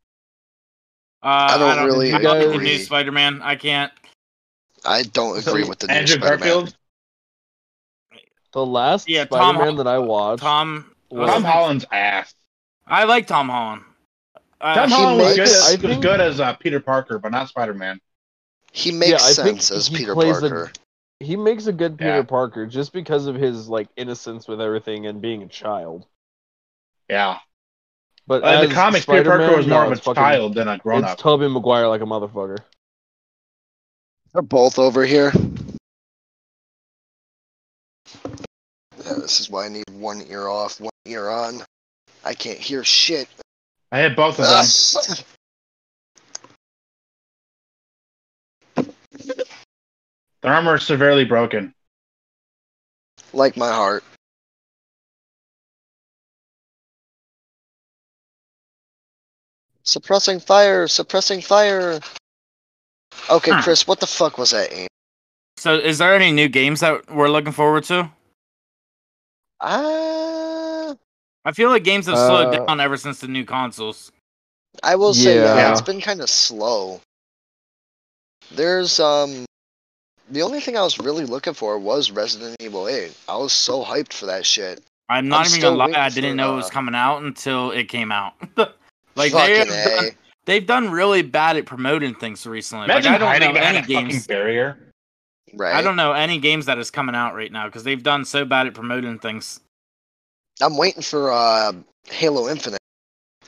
Uh, I don't really I don't like the agree. new Spider-Man. I can't. I don't agree with the new Andrew Spider-Man. Garfield. The last Yeah, Tom Spider-Man Hol- that I watched. Tom. Tom Well- Holland's ass. I like Tom Holland. Uh, I- Tom he Holland makes- was good, I as, was think- good as uh, Peter Parker, but not Spider-Man. He Yeah, makes I think sense as he Peter plays a- Parker. he makes a good Peter Yeah. Parker just because of his like innocence with everything and being a child. Yeah. But Uh, in as the comics, Peter Spider-Man, Parker was no, more of a it's fucking- child than a grown-up. It's Tobey Maguire like a motherfucker. They're both over here. Yeah, this is why I need one ear off, one ear on. I can't hear shit. I hit both of them. Ah, Their armor is severely broken. like my heart. Suppressing fire, suppressing fire. Okay, Hmm. Huh. Chris, what the fuck was that aim? So, is there any new games that we're looking forward to? Ah, I feel like games have slowed Uh, down ever since the new consoles. I will say yeah, Yeah. it's been kind of slow. There's um, the only thing I was really looking for was Resident Evil 8. I was so hyped for that shit. I'm I'm not even still gonna lie, waiting I didn't for, know it was uh, coming out until it came out. <laughs> like they Fucking have A. done, they've done really bad at promoting things recently. Imagine like, I hiding don't know behind any a fucking games. barrier. Right. I don't know any games that is coming out right now because they've done so bad at promoting things. I'm waiting for uh, Halo Infinite.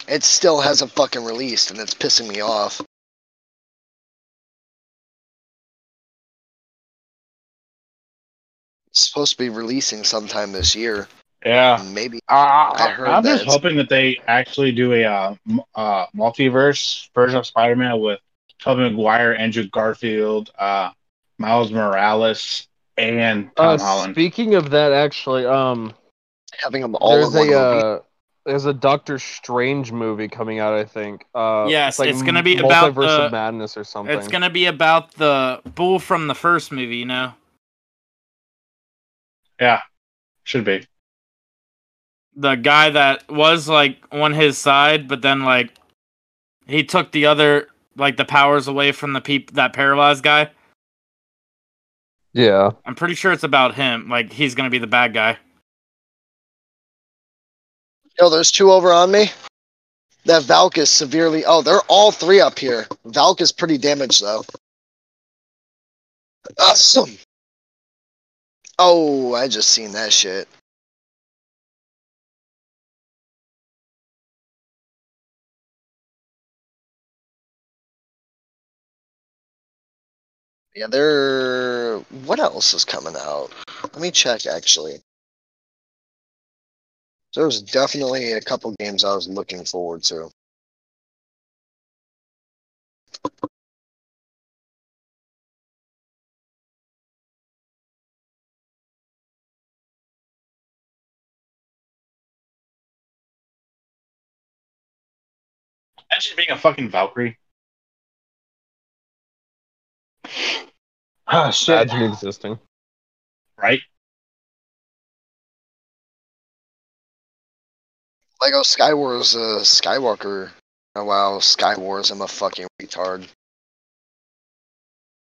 It still hasn't fucking released, and it's pissing me off. It's supposed to be releasing sometime this year, Ah. Yeah. maybe. Uh, I I heard am that just it's- hoping that they actually do a uh, m- uh, multiverse version of Spider-Man with Tobey Maguire, Andrew Garfield, uh, Miles Morales, and Tom Uh, Holland. speaking of that, actually, um, Having them all there's in one a movie. uh, there's a Doctor Strange movie coming out. I think. Uh, Yes, it's gonna m- be about Multiverse the- of Madness or something. It's gonna be about the bull from the first movie, you know. Should be. the guy that was like on his side, but then like he took the other like the powers away from the peop that paralyzed guy. Yeah. I'm pretty sure it's about him. Like he's gonna be the bad guy. Yo, there's two over on me. That Valk is severely. Oh, they're all three up here. Valk is pretty damaged though. Awesome. Oh, I just seen that shit. Yeah, there. What else is coming out? Let me check actually. There was definitely a couple games I was looking forward to. Imagine being a fucking Valkyrie. Ah, shit. Imagine existing. Right? Lego Skywars, uh, Skywalker. Oh wow, Skywars, I'm a fucking retard.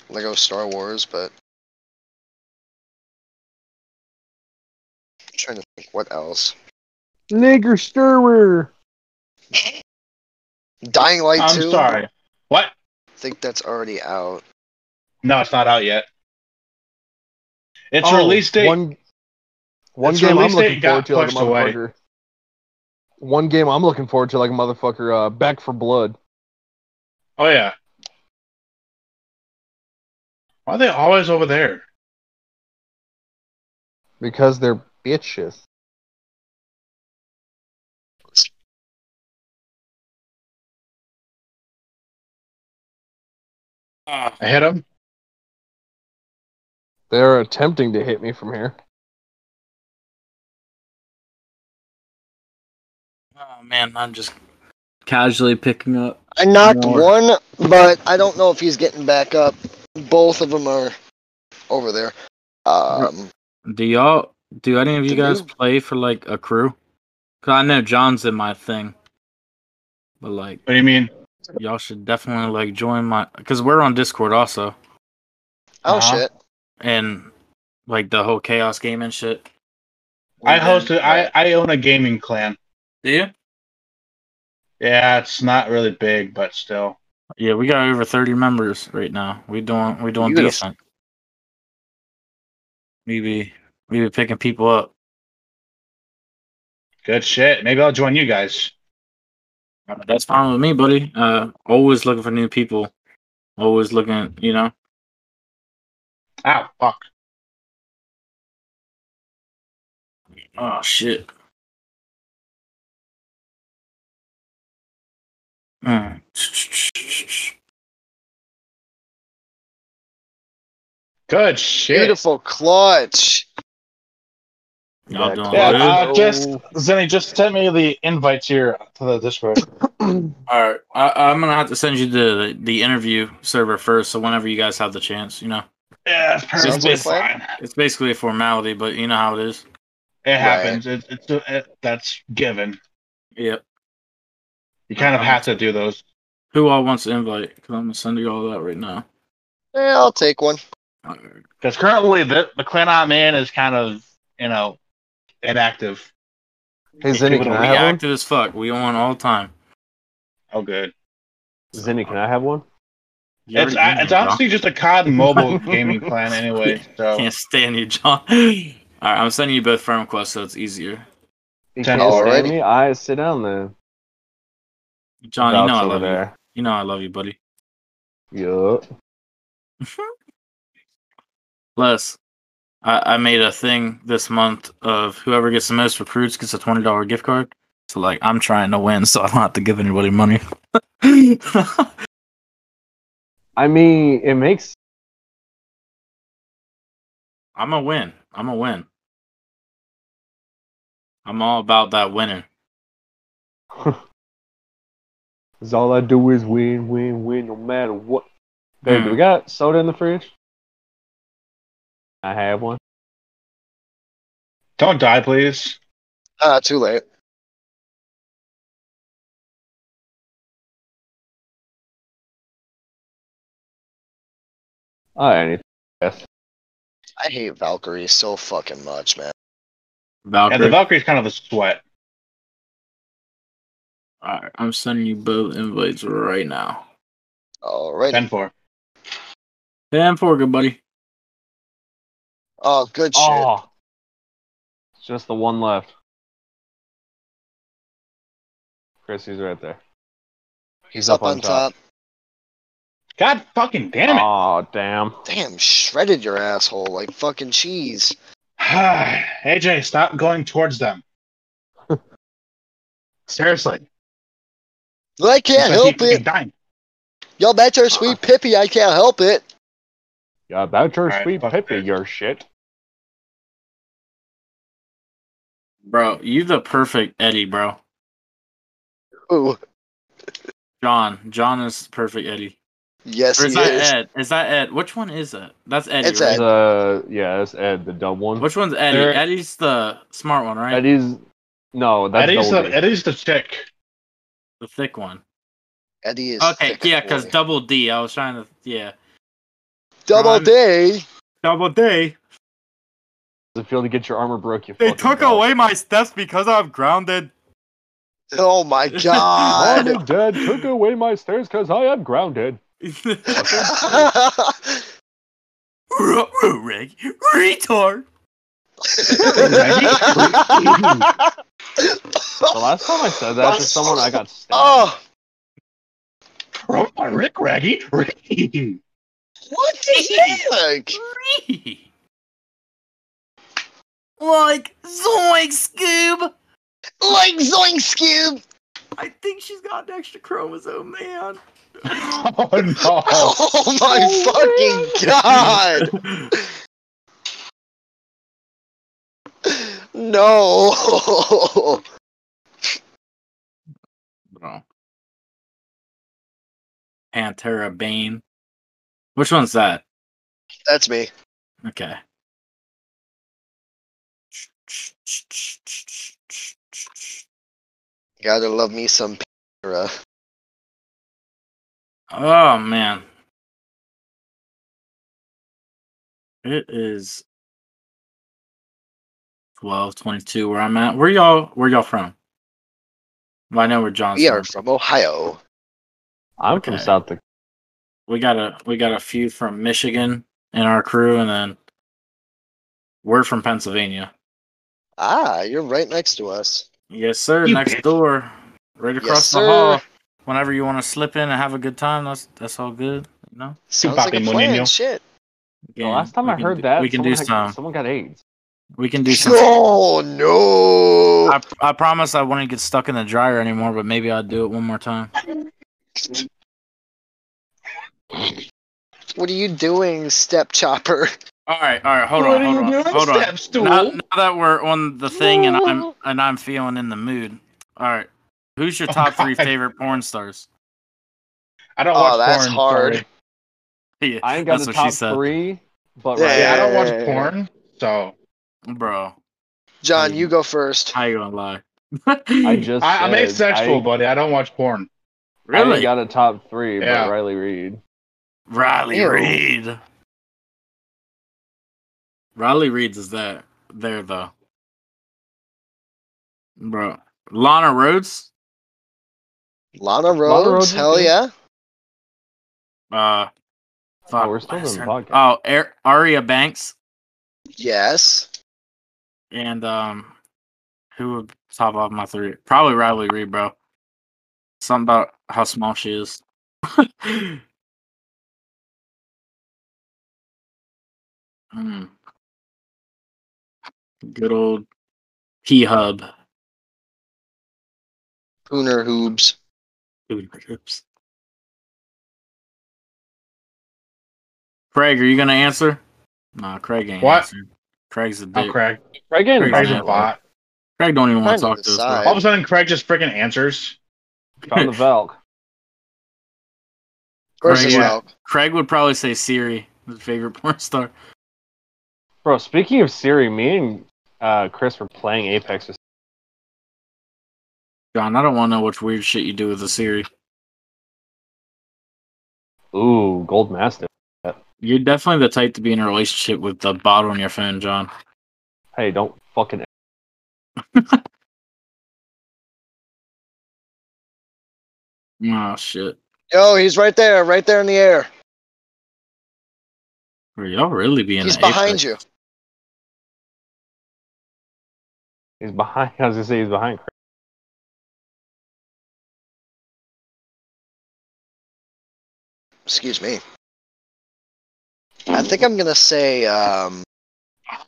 Lego Star Wars, but. I'm trying to think what else. Nigger stirrer. Dying Light I'm 2? sorry. What? I think that's already out. No, it's not out yet. It's Oh, release date. One, one Its game I'm release looking date forward got to like a pushed away. motherfucker. One game I'm looking forward to like a motherfucker. Uh, Back for Blood. Oh yeah. Why are they always over there? because they're bitches. I hit them. They're attempting to hit me from here. oh man, I'm just casually picking up. I knocked More. one, but I don't know if he's getting back up. Both of them are over there. Um, Do y'all? Do any of you Did guys you- play for like a crew? Cause I know John's in my thing, but like What do you mean? y'all should definitely like join my. Cause we're on Discord also, oh Uh-huh. shit. and like the whole chaos game and shit. I hosted. I I own a gaming clan. Do you? Yeah, it's not really big, but still. Yeah, we got over thirty members right now. We doing we doing Beautiful. decent. We be we be picking people up. Good shit. Maybe I'll join you guys. Uh, That's fine with me, buddy. Uh, always looking for new people. Always looking, you know. Ow, fuck. Oh shit. Uh, Good shit. Beautiful clutch. Y'all Yeah, doing Yeah, Dude. uh, Oh. just Zenny, just send me the invite to your to the Discord. All right, I, I'm gonna have to send you the the interview server first, so whenever you guys have the chance, you know, Yeah, perfectly perfectly Just- fine. it's basically a formality, but you know how it is. It happens. It, it's it, that's given. Yep. You kind of have to do those. Who all wants to invite? Because I'm gonna send you all that right now. Yeah, I'll take one. All right. Because currently the the clan I'm in is kind of you know inactive. Hey Zinni, People can don't I We have one? active as fuck. We on all the time. Oh, good. Zinni, can I have one? You It's already I, did it's it, John. honestly just a COD mobile gaming clan anyway. <laughs> So Can't stand you, John. <gasps> All right, I'm sending you both friend requests, so it's easier. You Ten can't stand already. me? I sit down there. Oh, John, you Doubt's know I over love you. there. You know I love you, buddy. Yup. Les, I, I made a thing this month of whoever gets the most recruits gets a twenty dollar gift card. So like I'm trying to win, <laughs> so I don't have to give anybody money. <laughs> I mean, it makes I'm a win. I'm a win. I'm all about that winning. Cause all I do is win, win, win, no matter what. Babe, do Hmm. we got soda in the fridge? I have one. don't die, please. Ah, too late. All right. Yes. I hate Valkyrie so fucking much, man. And the Valkyrie. Valkyrie's kind of a sweat. all right, I'm sending you both invites right now. All right. Ten four. And for good buddy. Oh, good shit. Oh, it's just the one left. Chris, he's right there. He's up, on top. God fucking damn it. Oh, damn. Damn, shredded your asshole like fucking cheese. <sighs> AJ, stop going towards them. Seriously. Well, I can't Because he help could be it. dying. Y'all met your sweet Pippi. I can't help it. Yeah, about your All right, sweet fuck pippy, this. your shit. Bro, you the perfect Eddie, bro. Ooh, John. John is perfect Eddie. yes, Or he is that is. Ed? Is that Ed? Which one is that? That's Eddie, It's right? Ed. The uh, yeah, that's Ed, the dumb one. Which one's Eddie? There- Eddie's the smart one, right? Eddie's no, that's Eddie's Double D. the, Eddie's the chick. The thick one. Eddie is. Okay, thick yeah, because boy. double D. I was trying to, yeah. double Ron- day. Double D. Does it feel to get your armor broke? You They fucking took dog? <laughs> away my steps because I'm grounded. <laughs> Oh my god. Mom and Dad took away my stairs because I am <laughs> grounded. Rig. Retard. The last time I said that to someone, I got stabbed. oh, Ro- uh, Rick Raggy. <laughs> <laughs> Rick. what the heck? Like Zoink Scoob. Like Zoink Scoob. I think she's got an extra chromosome, man. Oh no. <laughs> Oh, my fucking god. No. <laughs> Bro. Pantera Bane. Which one's that? That's me. Okay. Gotta love me some Pantera. Oh man. It is twelve twenty two where I'm at. Where y'all where y'all from? Well, I know where John's We from. are from Ohio. I'm okay. from South Dakota. we got a we got a few from Michigan in our crew, and then we're from Pennsylvania. Ah, you're right next to us. Yes, sir. You next bitch. door, right across the sir. hall. Whenever you want to slip in and have a good time, that's that's all good. You know. Sounds like a Papi plan. Molino. Shit. The And last time we I can heard do- that, we can do someone had- some. Someone got AIDS. We can do something. Oh no! I, I promise I wouldn't get stuck in the dryer anymore, but maybe I'd do it one more time. What are you doing, step chopper? All right, all right, hold what on, are hold you on, doing, hold on. step stool? Now, now that we're on the thing and I'm and I'm feeling in the mood. All right, who's your <laughs> Oh, top three God. favorite porn stars? <laughs> I don't Oh, watch that's porn. hard. sorry. Yeah, I ain't got that's the what she top said. three, but Yeah, right. Yeah, I don't yeah, yeah. watch porn, so bro. John, Mm. you go first. How you gonna lie? <laughs> I just I, I'm said, asexual, I, buddy. I don't watch porn. I ain't really, got a top three, Yeah. but Riley Reed. Riley Ew. Reed. Riley Reed's is that there though, bro. Lana Rhodes. Lana Rhodes, Rhodes is hell good. yeah. Uh, fuck, Oh, we're still what is doing her- podcast. Oh, Ar- Aria Banks. Yes. And um, who would top off my three? Probably Riley Reed, bro. Something about how small she is. <laughs> Hmm. Good old P Hub. Pooner Hoobs. Craig, are you gonna answer? Nah, Craig ain't What? answering. Craig's a Oh, dick. Craig. Craig. Craig ain't Craig's a Craig bot. don't even Trying want to to talk to us. decide. All of a sudden, Craig just freaking answers. John the Velk. Versus Craig, Ralph. Craig would probably say Siri, his favorite <laughs> porn star. Bro, speaking of Siri, me and uh, Chris were playing Apex. This- John, I don't want to know which weird shit you do with the Siri. Ooh, Gold Mastiff. You're definitely the type to be in a relationship with the bot on your phone, John. Hey, don't fucking. Oh shit. Yo, he's right there, right there in the air. Are y'all really being? he's behind you. He's behind. I was gonna say he's behind Craig. Excuse me. I think I'm gonna say, um,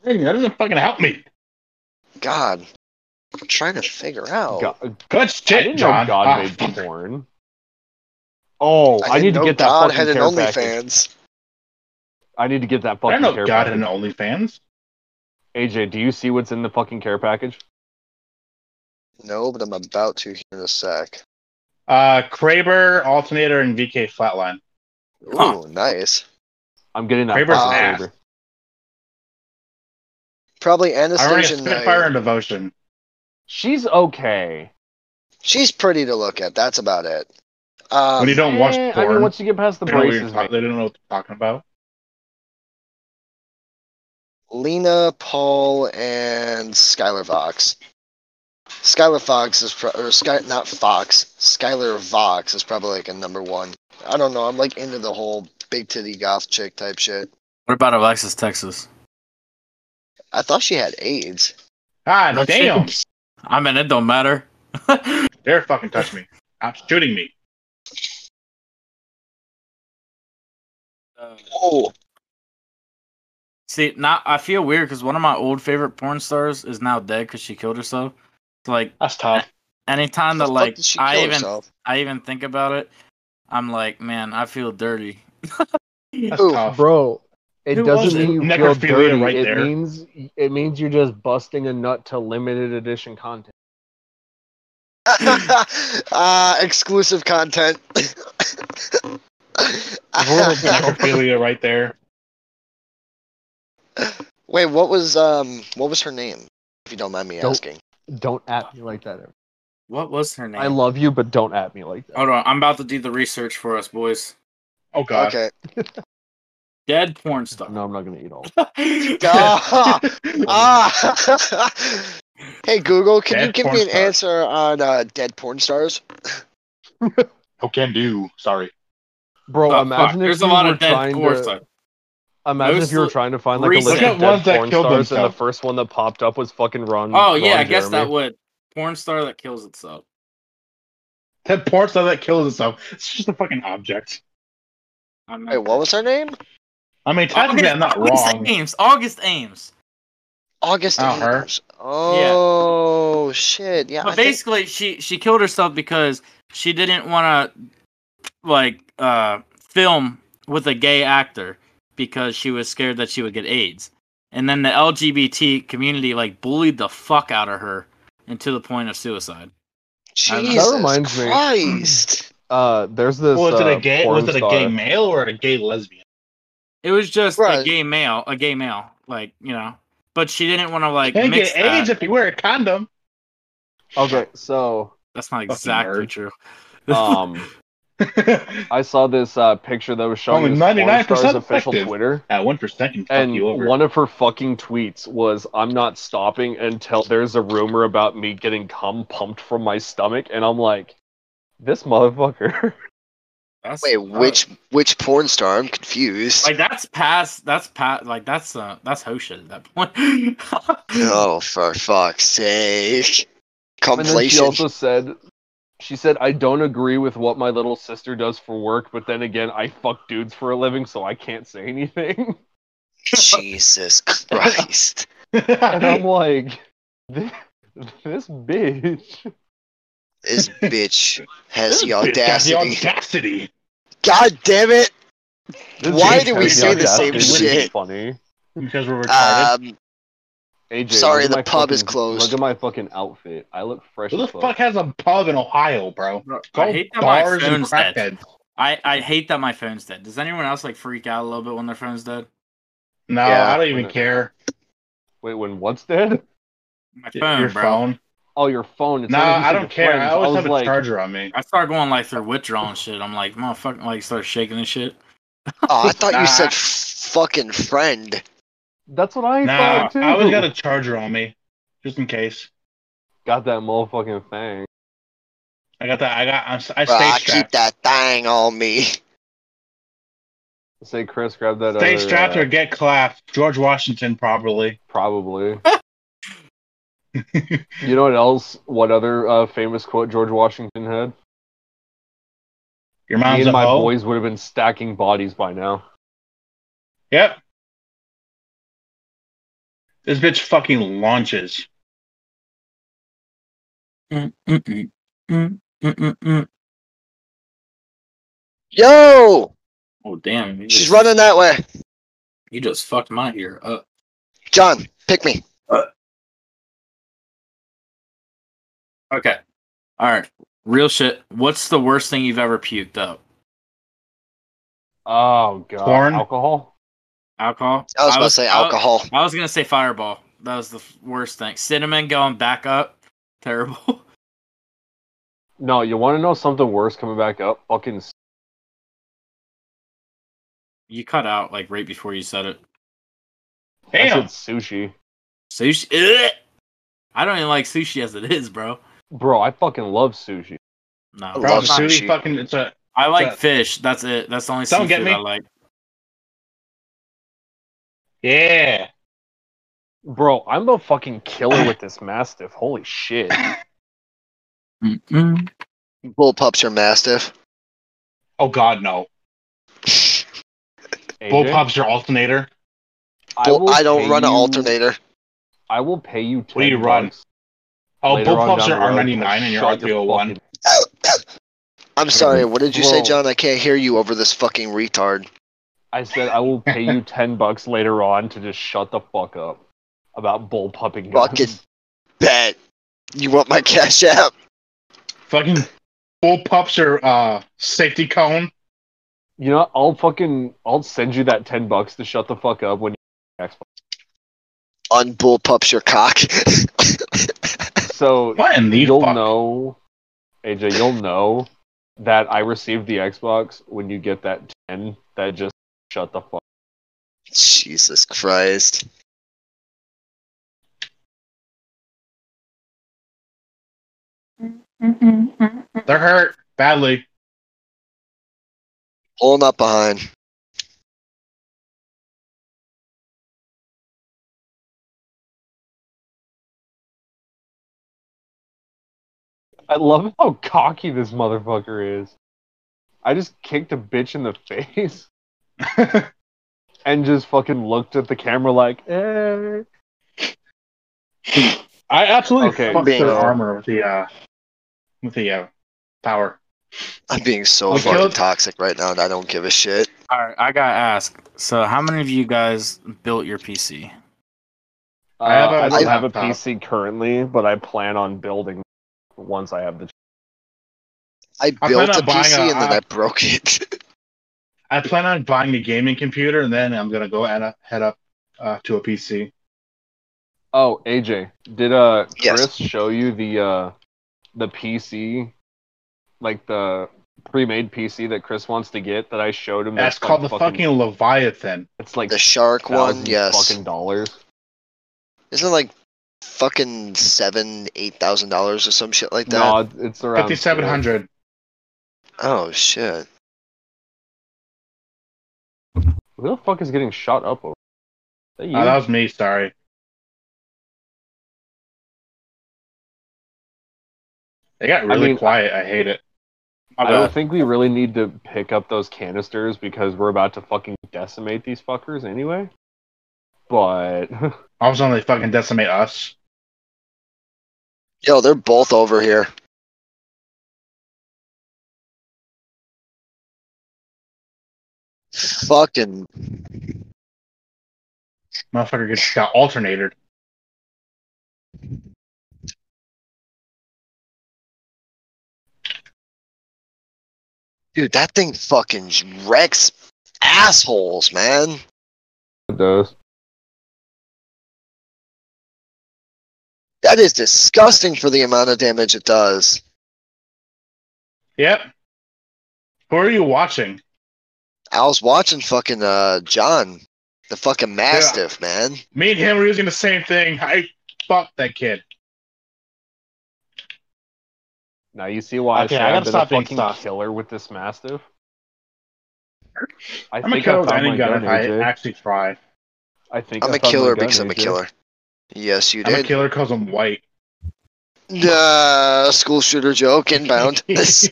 Hey, that doesn't fucking help me. God, I'm trying to figure out. God, Good I shit, didn't John. know God Ah, made fuck. porn. Oh, I, didn't need to know get God that had fucking an care package. OnlyFans. I need to get that I fucking don't know care God package. and OnlyFans. AJ, do you see what's in the fucking care package? No, but I'm about to here in a sec. Uh, Kraber, Alternator, and VK Flatline. Ooh, Huh. nice. I'm getting that. Kraber's fucking ass. Kraber. Probably I already Anastasia Knight. Spitfire and Devotion. She's okay. She's pretty to look at. That's about it. Um, When you don't watch Eh, I porn, mean, once you get past the they, don't know what you're braces, talk- they don't know what they're talking about. Lena, Paul, and Skylar Vox. Skylar Fox is pro- or Sky not Fox. Skylar Vox is probably like a number one. I don't know. I'm like into the whole big titty goth chick type shit. What about Alexis, Texas? I thought she had AIDS. God No Ah, damn. I mean, it don't matter. <laughs> Uh, They're fucking touching me. I'm shooting me. Oh, See, now I feel weird because one of my old favorite porn stars is now dead because she killed herself. So, like That's tough. anytime that like I even herself? I even think about it, I'm like, man, I feel dirty. That's Ooh. <laughs> tough. bro. It Who was doesn't it? mean you feel Necrophilia dirty. right it there. means it means you're just busting a nut to limited edition content. <laughs> uh, exclusive content. Necrophilia right there. <laughs> Wait, what was um what was her name? If you don't mind me Don't- asking. Don't at me like that. What was her name? I love you, but don't at me like that. Hold on, I'm about to do the research for us, boys. Oh, God. Okay. Dead porn star. <laughs> No, I'm not gonna eat all. <laughs> Ah, ah. hey Google, can you Dead give porn me an stars. answer on uh, dead porn stars? Oh, can do. Sorry. Bro, Oh, fuck, imagine if There's you a lot were of dead trying porn to. stars. Imagine if you were Most trying to find like a recent- list of <laughs> Look at dead ones that porn killed stars, and the themselves. first one that popped up was fucking Ron. Oh yeah, Ron I guess that Jeremy. would. Porn star that kills itself. That porn star that kills itself. It's just a fucking object. I'm Wait, what was her name? I mean, August, technically, I'm not August wrong. Ames. August Ames. August. Oh, her? Andrews. Oh shit! Yeah. But I think- basically, she she killed herself because she didn't want to like uh, film with a gay actor because she was scared that she would get AIDS. And then the LGBT community like bullied the fuck out of her, and to the point of suicide. I don't know. Jesus Hmm. That reminds me- Christ. Uh, there's this. was it uh, a gay? porn Was it a star. gay male or a gay lesbian? It was just a Right. gay male, a gay male, like you know. But she didn't want to like You mix get AIDS that. if you wear a <laughs> condom. Okay, <laughs> so That's not exactly <laughs> nerd. true. um, At I saw this uh, picture that was showing Only this porn 99% star's official effective. Twitter, one percent can fuck and you over. <laughs> one of her fucking tweets was, "I'm not stopping until there's a rumor about me getting cum pumped from my stomach," and I'm like, "This motherfucker." <laughs> That's- Wait, oh. which which porn star? I'm confused. Like that's past. That's past. Like that's uh, that's ho shit at that point. oh, for fuck's sake! And then she Conflation. also <laughs> said, she said, I don't agree with what my little sister does for work, but then again, I fuck dudes for a living, so I can't say anything. <laughs> Jesus Christ! And <laughs> I'm like, this, this bitch. This bitch <laughs> has the Bitch got the audacity. audacity. God damn it! This Why bitch do we has say the same audacity to be shit? Funny. Because we're Uh, retarded. Um, AJ, Sorry, look at the my pub is fucking- closed. Look at my fucking outfit. I look fresh Who the as fuck has a pub in Ohio, bro? <laughs> Bro, Go I hate that my bars and phone's crack dead. heads. I I hate that my phone's dead. Does anyone else like freak out a little bit when their phone's dead? No, Yeah. I don't even care. Wait, when what's dead? My phone, Your bro. phone. Oh, your phone. It's No, not even I your don't care. I friends. always was have a like, charger on me. I start going like through withdrawal and shit. I'm like, motherfucking, like start shaking and shit. oh, I thought Nah. you said fucking friend. That's what I Nah, thought too. I always got a charger on me, just in case. Got that motherfucking thing. I got that. I got. I'm, I Bro, stay I keep strapped. that thing on me. Say, Chris, grab that. Stay other, strapped uh, or get clapped. George Washington, probably. Probably. you know what else? What other uh, famous quote George Washington had? Your Me mom's and a my hoe. boys would have been stacking bodies by now. Yep. This bitch fucking launches. Mm, mm, mm, mm, mm, mm, mm. Yo, Oh damn! You she's just, running that way. you just fucked my ear up. John, pick me. Okay. All right. Real shit. What's the worst thing you've ever puked up? Oh god. Porn? Alcohol. Alcohol. I was about to say I- alcohol. I was gonna say fireball. That was the f- worst thing. Cinnamon going back up. <laughs> Terrible. No, you want to know something worse coming back up? Fucking s- You cut out like right before you said it. I Damn. said sushi. Sushi. Ugh. I don't even like sushi as it is, bro. Bro, I fucking love sushi. No, I Bro, love it's not- sushi sushi. fucking. It's a. I like that. fish. That's it. That's the only Don't seafood get me. I like. Yeah. Bro, I'm the fucking killer with this mastiff. Holy shit. Mm-mm. Bull pups are mastiff. Oh God, no. AJ, Bullpup's your alternator. Bull, will I don't pay run an you- alternator. I will pay you. 10 What do you run? bucks Oh, later on bullpups down are the road to R99 and your oh shut your RPO1. fucking- I'm sorry. What did you say, Bro. John? I can't hear you over this fucking retard. I said I will pay you ten bucks later on to just shut the fuck up about bullpupping guns. Fucking Bet. You want my cash app? Fucking bullpups are uh, safety cone. You know, I'll fucking I'll send you that ten bucks to shut the fuck up when you Xbox. On bull pups your cock. <laughs> So What in the you'll fuck? know, AJ, you'll know that I received the Xbox when you get that ten. That just shut the fuck. Jesus Christ. They're hurt <laughs> badly. Pulling up behind. I love how cocky this motherfucker is. I just kicked a bitch in the <laughs> face and just fucking looked at the camera like, eh. I absolutely Okay, fucked their so- armor with the uh, with the uh, power. I'm being so I fucking killed- toxic right now, and I don't give a shit. All right, I gotta ask. So, how many of you guys built your PC? Uh, I have a I don't have a laptop. PC currently, but I plan on building once I have the. I I built plan a on buying PC a- and then I- I broke it. <laughs> I plan on buying a gaming computer, and then I'm gonna go and uh, head up uh, to a PC. Oh, AJ, did uh Yes. Chris show you the uh the PC, like the pre-made PC that Chris wants to get that I showed him? That's called the like fucking, Leviathan. It's like the shark one, $1,000 yes. fucking dollars. Isn't it like fucking seven, eight thousand dollars or some shit like that? No, it's around Fifty seven hundred. Oh shit. Who the fuck is getting shot up over? Is that you? Oh, that was me. Sorry. They got really mean, quiet. I hate it. My I don't bad. think we really need to pick up those canisters because we're about to fucking decimate these fuckers anyway. But <laughs> I was only fucking decimate us. Yo, they're both over here. Fucking Motherfucker just got alternated. dude, that thing fucking wrecks assholes, man. it does. That is disgusting for the amount of damage it does. Yep. Who are you watching? I was watching fucking uh John, the fucking mastiff, man. Me and him were using the same thing. I fucked that kid. Now you see why Okay, I should I have gotta been stop a being fucking soft. killer with this mastiff. I I'm a think killer I with found any my gun gun, if I AJ. actually try. I think I'm I a found my killer gun, because I'm a AJ. killer. Yes, you I'm a did. killer because I'm white. <laughs> Nah, school shooter <laughs> joke <laughs> inbound. This-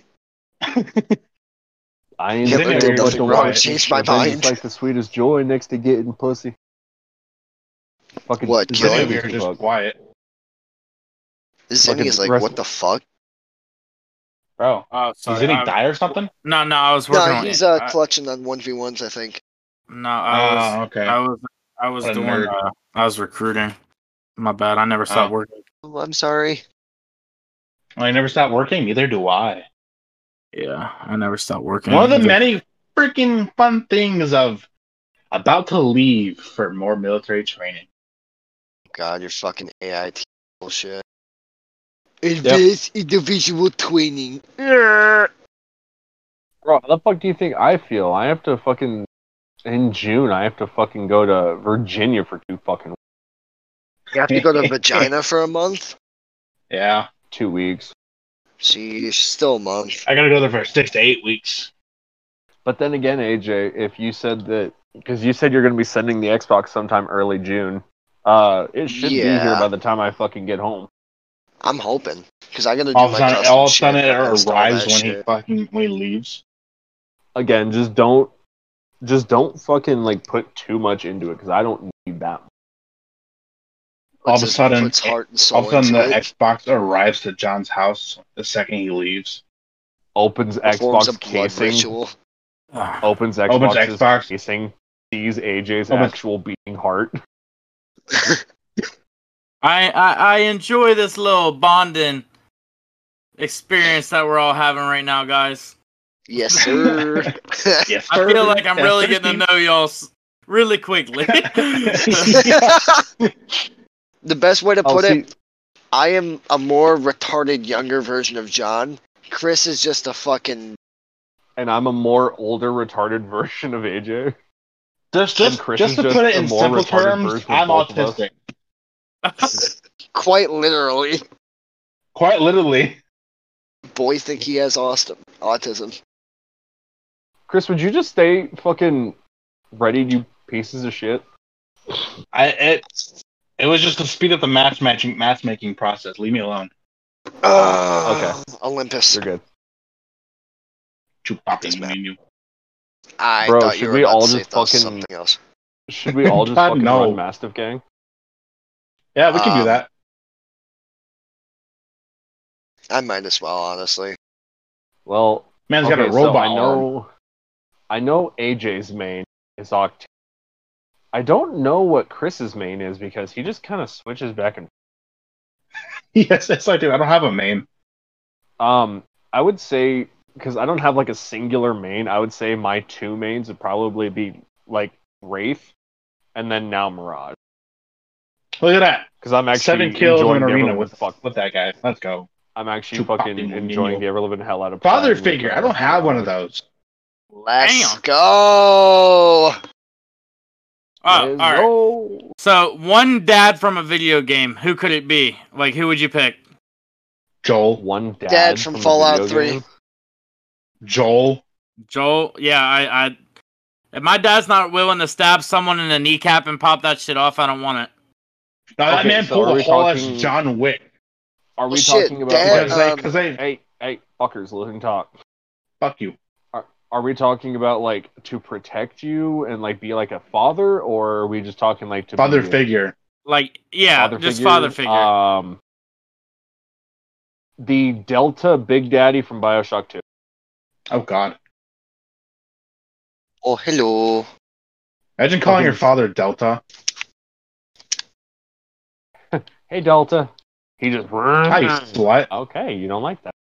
I ain't Killer scared, did but nothing the wrong. white Changed my shit is mind. Like the sweetest joy next to getting pussy. Fucking What, Zinni killing? was Zinni, we were the just fuck. quiet. Zinni Fucking is like, rest- what the fuck? Bro, Oh, does Zinni I- die or something? No, no, I was working No, on he's it. uh, I- clutching on one v ones. I think. no, I was. Oh, okay. I was I was What a doing nerd. uh, I was recruiting. My bad. I never stopped Oh. working. Oh, I'm sorry. I never stopped working. Neither do I. Yeah, I never stopped working. One of the many freaking fun things of about to leave for more military training. God, you're fucking AIT bullshit. Advanced individual twinning. Err. Bro, how the fuck do you think I feel? I have to fucking in June. I have to fucking go to Virginia for two fucking You have to go <laughs> to vagina for a month. Yeah. two weeks. She's still a month. I gotta go there for six to eight weeks. But then again, AJ, if you said that because you said you're going to be sending the Xbox sometime early June, uh, it should be here Yeah. by the time I fucking get home. I'm hoping because I gotta do All of a my sudden, custom all of a shit, sudden it install arrives that when he shit. fucking when he leaves. Again, just don't, just don't fucking like put too much into it because I don't need that. much. Puts all of a his- sudden- puts heart and soul All of a sudden, into the it. Xbox arrives to John's house the second he leaves. Opens performs a Xbox blood casing. ritual. Oh, Opens Xbox's Opens Xbox. casing. Sees AJ's Opens- actual beating heart. I, I I enjoy this little bonding experience that we're all having right now, guys. <laughs> Yes, sir. Yes, I feel like I'm Yes, really sir, getting Steve. to know y'all s- really <laughs> quickly. <laughs> Oh, the best way to Oh, put see- it, I am a more retarded younger version of John. Chris is just a fucking and I'm a more older retarded <laughs> version of AJ. Just, And just, Chris just is to just put it a in more simple retarded terms, version of I'm both of us. autistic. quite literally. Quite literally. Boys think he has aust- autism. Chris, would you just stay fucking ready, you pieces of shit? I it, it was just to speed up the matchmaking matchmaking process. Leave me alone. Uh, okay. Olympus. You're good. Too This fucking man. mean you. I Bro, thought should you were we about all to say just thought fucking- something else. Should we all just <laughs> God, fucking no. run Mastiff Gang? Yeah, we can do Um, that. I might as well, honestly. Well, Man's got a okay, so robot. I arm. know, I know AJ's main is Octane. I don't know what Chris's main is because he just kind of switches back and. <laughs> Yes, that's what I do. I don't have a name. Um, I would say because I don't have like a singular main. I would say my two mains would probably be like Wraith, and then now Mirage. Look at that. Because I'm actually Seven kills in enjoying an the arena irrelevant with fuck. with that guy. Let's go. I'm actually Tupac fucking and enjoying Nino. the irrelevant hell out of Father Platinum. figure. I don't have one of those. Let's Damn. go. Oh, all Let's right. go. So one dad from a video game. Who could it be? Like, who would you pick? Joel. One dad, Dad from the Fallout video 3. game. Joel. Joel. Yeah, I. I if my dad's not willing to stab someone in the kneecap and pop that shit off, I don't want it. Now that Okay, man so are pulled we a whole talking- ass John Wick. Are we Well, shit, talking about Dad, Because like, they, um, because they, hey, hey, fuckers, let him talk. fuck you. Are we talking about like to protect you and like be like a father, or are we just talking like to Father be a figure. Like, yeah, just father figure. Um, the Delta Big Daddy from Bioshock Two. Oh God. Oh, hello. Imagine calling your Fucking- father Delta. Hey Delta, he just Hi, you Uh-huh. slut. okay. You don't like that.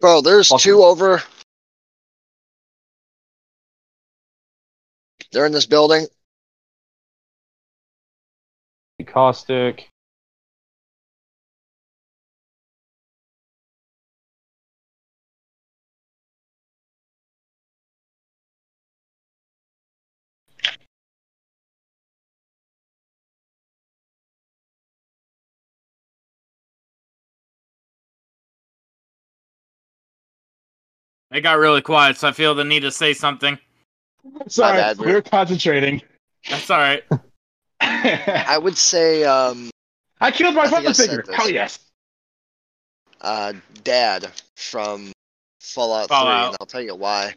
Bro, there's Fuck two over. They're in this building. Caustic. It got really quiet, so I feel the need to say something. Sorry, bad, we we're- we're concentrating. <laughs> That's all right. I I would say, um, I killed my think I father said figure. this. Hell yes. uh, Dad from Fallout, 3, Fallout. and I'll tell you why.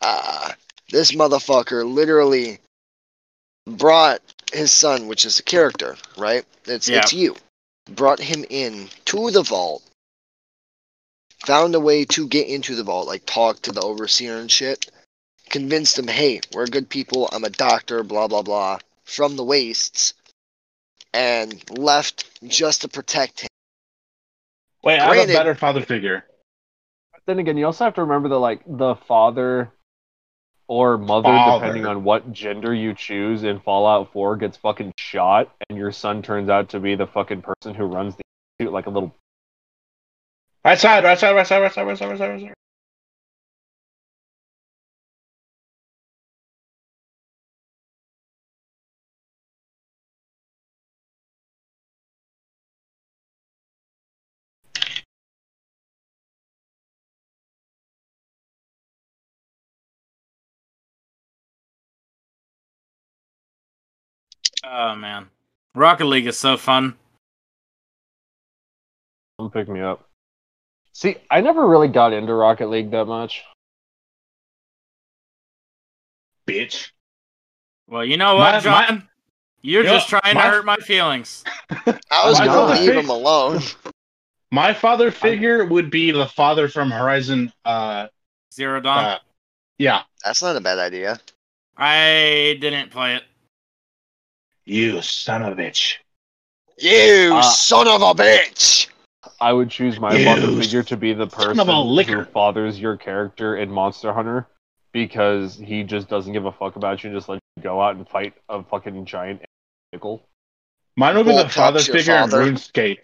Uh, this motherfucker literally brought his son, which is a character, right? It's, Yeah. it's you. Brought him in to the vault. Found a way to get into the vault, like talk to the overseer and shit. Convinced him, hey, we're good people. I'm a doctor, blah, blah, blah. From the wastes. And left just to protect him. Wait, I have a Granted- better father figure. then again, you also have to remember that like the father or mother, Father. depending on what gender you choose in Fallout Four, gets fucking shot, and your son turns out to be the fucking person who runs the institute like a little. Right side, right side, right side, right side, right side, right side, right side. Oh man, Rocket League is so fun. Come pick me up. See, I never really got into Rocket League that much. Bitch. Well, you know what, My- my- John? You're Yeah, just trying my- to hurt my feelings. I was Why gonna not? leave him alone. My father figure would be the father from Horizon. Uh, Zero Dawn. uh yeah. <laughs> That's not a bad idea. I didn't play it. You son of a bitch. You Uh, son of a bitch! I would choose my You father figure to be the son person of a liquor. who fathers your character in Monster Hunter because he just doesn't give a fuck about you and just lets you go out and fight a fucking giant pickle. Mine would be Bull the father cups, your figure in father. RuneScape.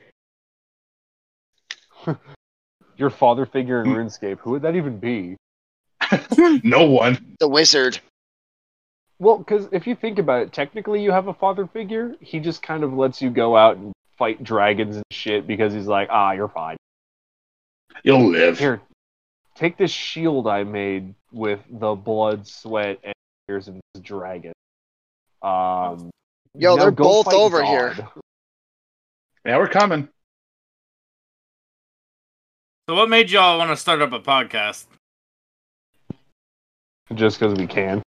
Your father figure in Hmm. RuneScape, who would that even be? No one. The wizard. Well, because if you think about it, technically you have a father figure. He just kind of lets you go out and fight dragons and shit because he's like, ah, you're fine. You'll live. Here, take this shield I made with the blood, sweat, and tears of this dragon. Um, Yo, now they're go both fight over God. <laughs> here. Yeah, we're coming. So, what made y'all want to start up a podcast? Just because we can.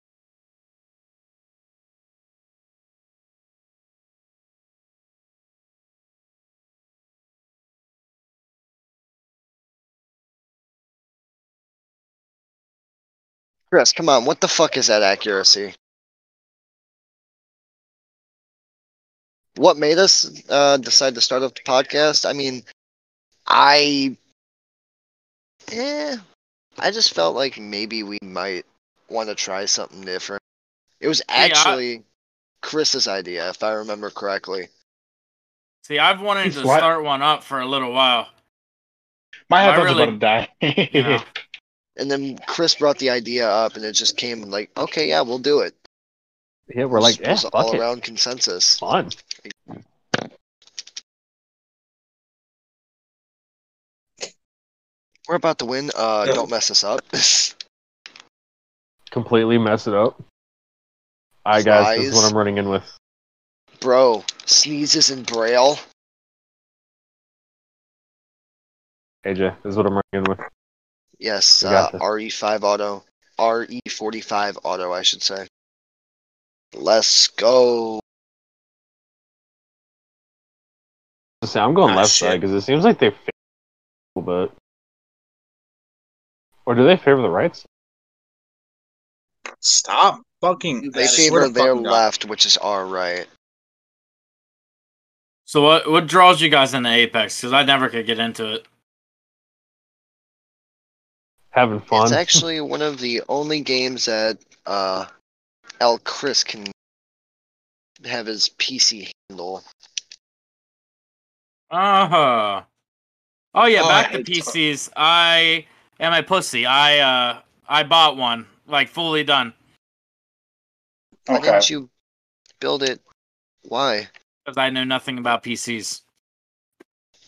Chris, come on, what the fuck is that accuracy? What made us uh, decide to start up the podcast? I mean, I, eh, I just felt like maybe we might want to try something different. It was I- actually Chris's idea, if I remember correctly. See, I've wanted He's to what? start one up for a little while. My I headphones really- about to die. <laughs> Yeah. And then Chris brought the idea up, and it just came like, okay, yeah, we'll do it. Yeah, we're like, It yeah, was all fuck it. around consensus. Fun. We're about to win. Uh, Yeah. Don't mess us up. <laughs> Completely mess it up. I guys, this is what Lies. I'm running in with. Bro, sneezes in braille. AJ, this is what I'm running in with. Yes, You got uh, this. RE5 auto. RE45 auto, I should say. Let's go. Just say, I'm going Ah, left shit. side because it seems like they favor a little bit. Or do they favor the right side? Stop fucking. They I swear favor to their fucking God. left, which is our right. So what what draws you guys into Apex? Because I never could get into it. Having fun. It's actually one of the only games that uh, El Chris can have his PC handle. Uh huh. Oh yeah, Oh, back I- to PCs. I am a pussy. I uh I bought one like fully done Why Okay. didn't you build it? Why? because I know nothing about PCs.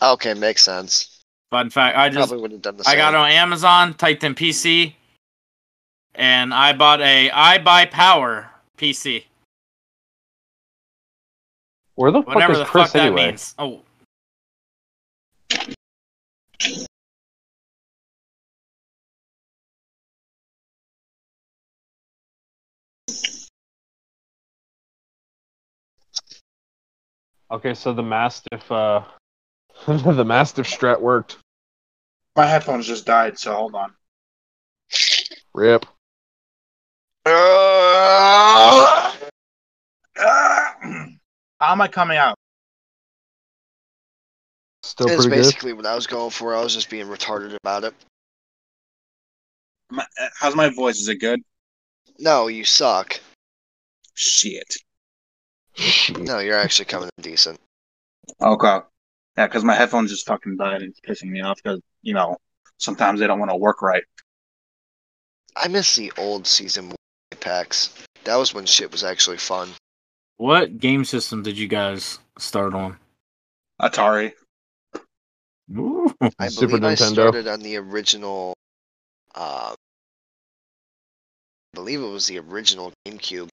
Okay, makes sense. Fun fact: I just Probably would have done the same. I got on Amazon, typed in PC, and I bought a I buy power PC. Where the fuck Whatever is the Chris fuck that anyway? means. Oh, Okay, so the Mastiff, uh, <laughs> the Mastiff strat worked. My headphones just died, so hold on. Rip. Ah! How am I coming out? Still It's pretty good. basically what I was going for. I was just being retarded about it. My, uh, how's my voice? Is it good? No, you suck. Shit. Shit. No, you're actually coming in decent. Okay. Yeah, because my headphones just fucking died and it's pissing me off because, you know, sometimes they don't want to work right. I miss the old season one Apex. That was when shit was actually fun. what game system did you guys start <laughs> on? Atari. Um, I Super believe I Nintendo. started on the original. Uh, I believe it was the original GameCube.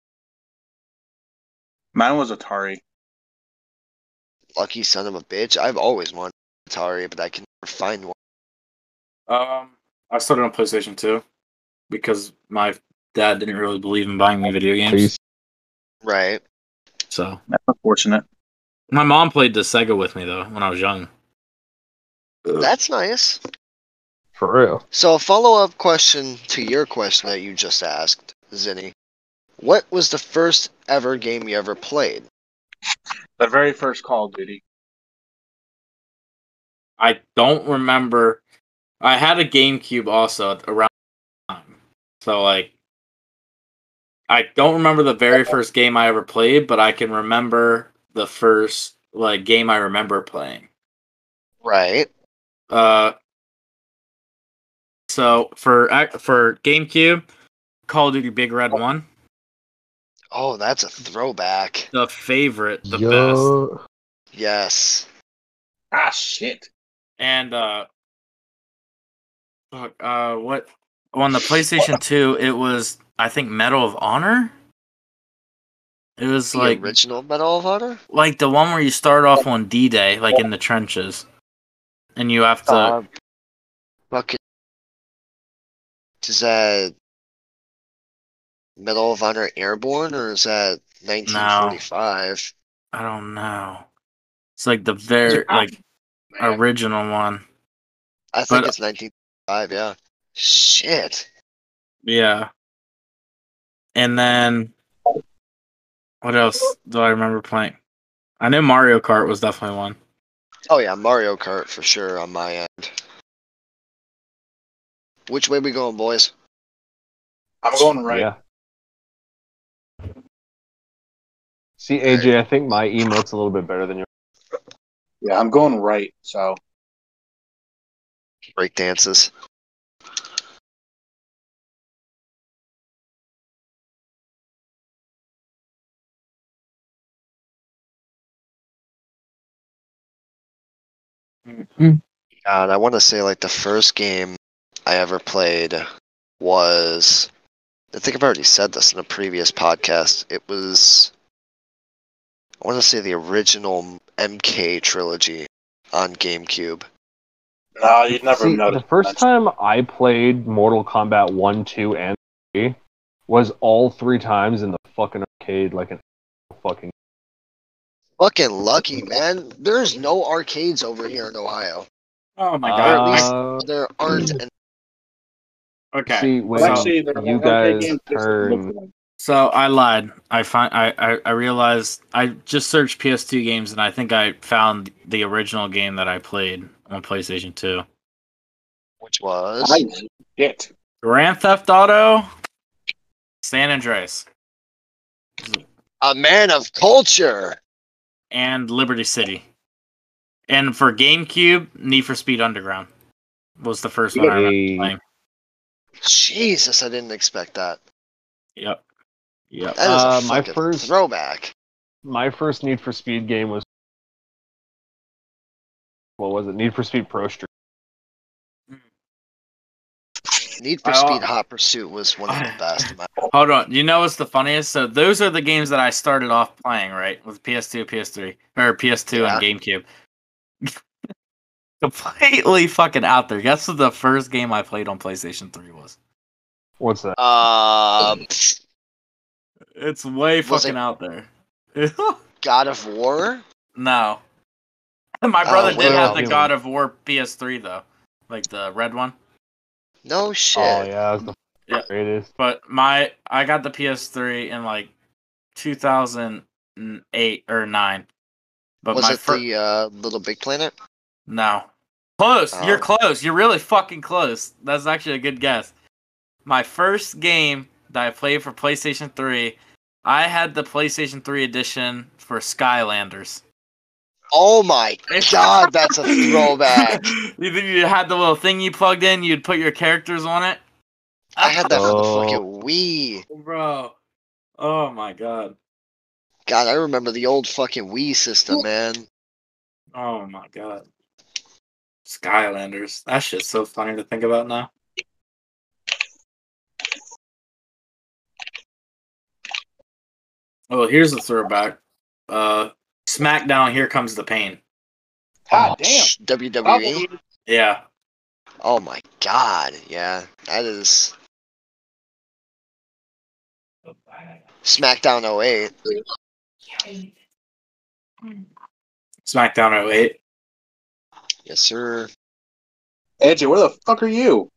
Mine was Atari. Lucky son of a bitch. I've always wanted Atari, but I can never find one. Um, I started on PlayStation 2 because my dad didn't really believe in buying me video games. Right. So That's unfortunate. my mom played the Sega with me though when I was young. That's nice. For real. So, a follow up question to your question that you just asked, Zinni. What was the first ever game you ever played? The very first Call of Duty. I don't remember. I had a GameCube also at- around the time. So like I don't remember the very first game I ever played, but I can remember the first like game I remember playing. Right. Uh so for for GameCube, Call of Duty Big Red 1, Oh, that's a throwback. the favorite, the best. Yo. Yes. Ah, shit. and uh fuck, uh what on the PlayStation 2 it was I think Medal of Honor it was The like original Medal of Honor? like the one where you start off on D-Day like in the trenches and you have to Uh, fucking. Is that Medal of Honor Airborne or is that 1945? I don't know it's like the very Ah, like original one I think But- it's 1945, yeah. Shit. yeah And then what else do I remember playing? I know Mario Kart was definitely one. Oh yeah, Mario Kart for sure on my end. Which way we going, boys? I'm going right. Yeah. See, AJ, I think my emote's a little bit better than yours. Yeah, I'm going right. So Break dances. God, I want to say like the first game I ever played was. I think I've already said this in a previous podcast. It was. I want to say the original MK trilogy on GameCube. no, you'd never See, notice. the first time I played Mortal Kombat 1, 2, and 3 was all three times in the fucking arcade, like an fucking. Fucking lucky, man. There's no arcades over here in Ohio. Oh my Or god. at least Uh, there aren't. And okay. See, when Well, actually, they're uh, you like, okay, guys game, just turn. look at them. So I lied. I find I, I I realized I just searched PS2 games and I think I found the original game that I played on PlayStation 2. which was. Nice. Shit. Grand Theft Auto San Andreas A man of culture. and Liberty City. And for GameCube, Need for Speed Underground was the first one I remember Hey, playing. Jesus, I didn't expect that. Yep. Yep. That is Uh, a my fucking first- throwback. my first Need for Speed game was. What was it? Need for Speed Pro Street. Need for I- Speed Hot Pursuit was one of the best. in my- Hold on. You know what's the funniest? So those are the games that I started off playing, right? With PS2, PS3, or PS2 and GameCube. <laughs> Completely fucking out there. Guess what the first game I played on PlayStation 3 was? What's that? Um, It's way Was fucking it- out there. <laughs> God of War. no. <laughs> My brother Oh, did have well. the God of War PS3 though. Like the red one. No shit. Oh yeah, that was the Yeah. greatest. But my I got the PS3 in like 2008 or 9. But was my it fir- the uh, Little Big Planet? No. Close. You're Oh. close. You're really fucking close. That's actually a good guess. My first game that I played for PlayStation 3, I had the PlayStation 3 edition for Skylanders. Oh my God, that's a throwback. <laughs> you, you had the little thing you plugged in, you'd put your characters on it. I had that for Oh. the fucking Wii. Bro. Oh my god. God, I remember the old fucking Wii system, man. Oh my god. Skylanders. That shit's so funny to think about now. Oh, here's a throwback. Uh SmackDown, here comes the pain. God damn. Shh, E. WWE. Probably. Yeah. Oh my God. Yeah, that is SmackDown 08. SmackDown 08. Yes, sir. AJ, where the fuck are you?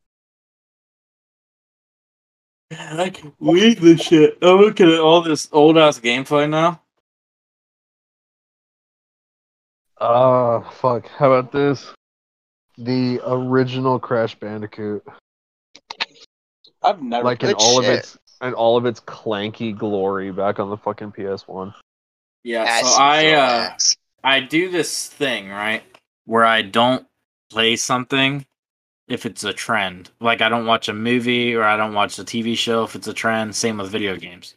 Man, I can believe this shit. I'm looking at all this old ass gameplay now. Oh, fuck. How about this? The original Crash Bandicoot. I've never. Like in Good all of shit. its and all of its clanky glory back on the fucking PS1. Yeah, Ass so I uh throwbacks. I do this thing, right? Where I don't play something if it's a trend. Like I don't watch a movie or I don't watch a TV show if it's a trend. Same with video games.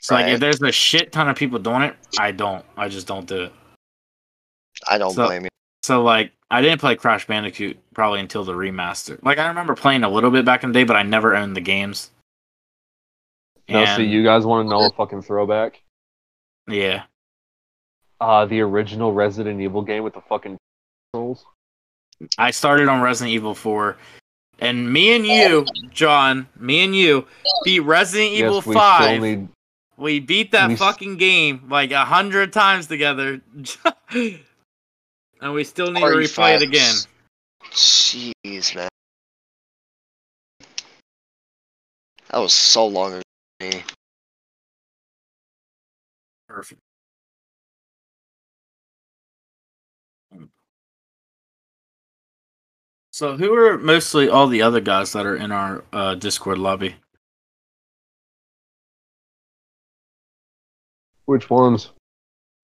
So like Right. if there's a shit ton of people doing it, I don't. I just don't do it. I don't so- blame you. So like I didn't play Crash Bandicoot probably until the remaster. Like I remember playing a little bit back in the day, but I never owned the games. Now, see, And- you guys want to know a fucking throwback? Yeah. Uh, the original Resident Evil game with the fucking controls. I started on Resident Evil 4, and me and you, John, me and you beat Resident Evil yes, we 5. still need. we beat that we s- fucking game like a hundred times together, <laughs> and we still need to replay RE5. it again. Jeez, man. That was so long ago. to me. Perfect. So, who are mostly all the other guys that are in our uh, Discord lobby? Which ones?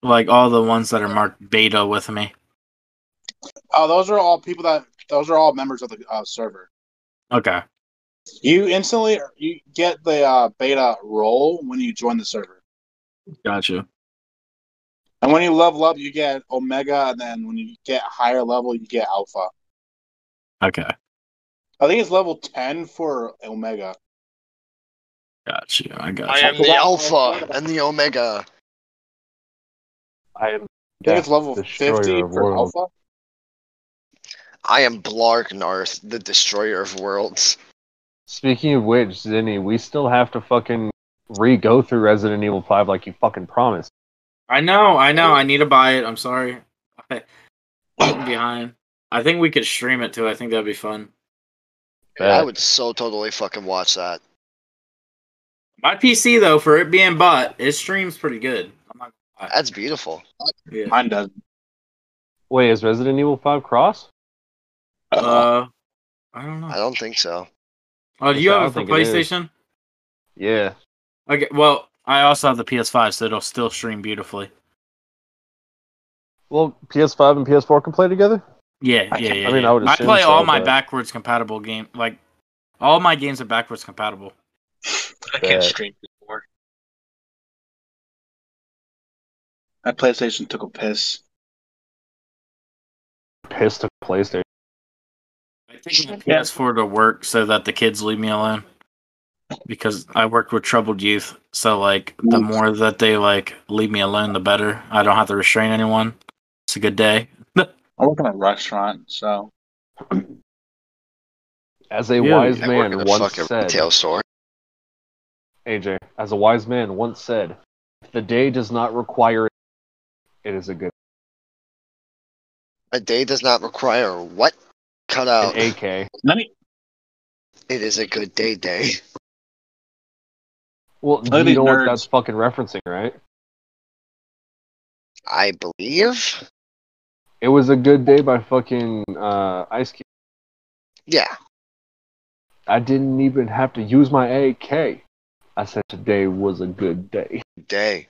Like all the ones that are marked beta with me. Oh, those are all people that those are all members of the uh, server. Okay. You instantly you get the uh, beta role when you join the server, Gotcha. and when you level up, you get omega, and then when you get higher level, you get alpha. Okay. I think it's level ten for omega. Got you. I got I you. am the Alpha and the Omega. I am. I think it's level Destroyer fifty of for worlds. alpha. I am Blargnarth, the Destroyer of Worlds. Speaking of which, Zinni, we still have to fucking re go through Resident Evil 5 like you fucking promised. I know, I know. I need to buy it. I'm sorry. I, I'm behind. I think we could stream it too. I think that'd be fun. I Bet. would so totally fucking watch that. My PC though, for it being bought, it streams pretty good. I'm not gonna lie. That's beautiful. Yeah. Mine does. Wait, is Resident Evil 5 cross? Uh, I don't I know. don't think so. Oh, do you I don't have it for think it is. PlayStation? Yeah. Okay. Well, I also have the PS5, so it'll still stream beautifully. Well, PS5 and PS4 can play together? Yeah, I yeah, can't- yeah. I mean, yeah. I would I assume play so, all my but- backwards compatible game. Like, all my games are backwards compatible. I can't Bad. stream anymore. My PlayStation took a piss. Pissed at PlayStation. I take my PS4 to work so that the kids leave me alone because I work with troubled youth. So like the more that they like leave me alone, the better. I don't have to restrain anyone. It's a good day. I work in a restaurant, so As a Yeah, wise I work in man a once fucking said, retail store. AJ, as a wise man once said, if the day does not require it, it is a good A day does not require what? Cut out. an AK. let me It is a good day day. Well, at you these know what nerds. that's fucking referencing, right? I believe. It was a good day by fucking uh, Ice Cube. Yeah. I didn't even have to use my AK. I said today was a good day. Day.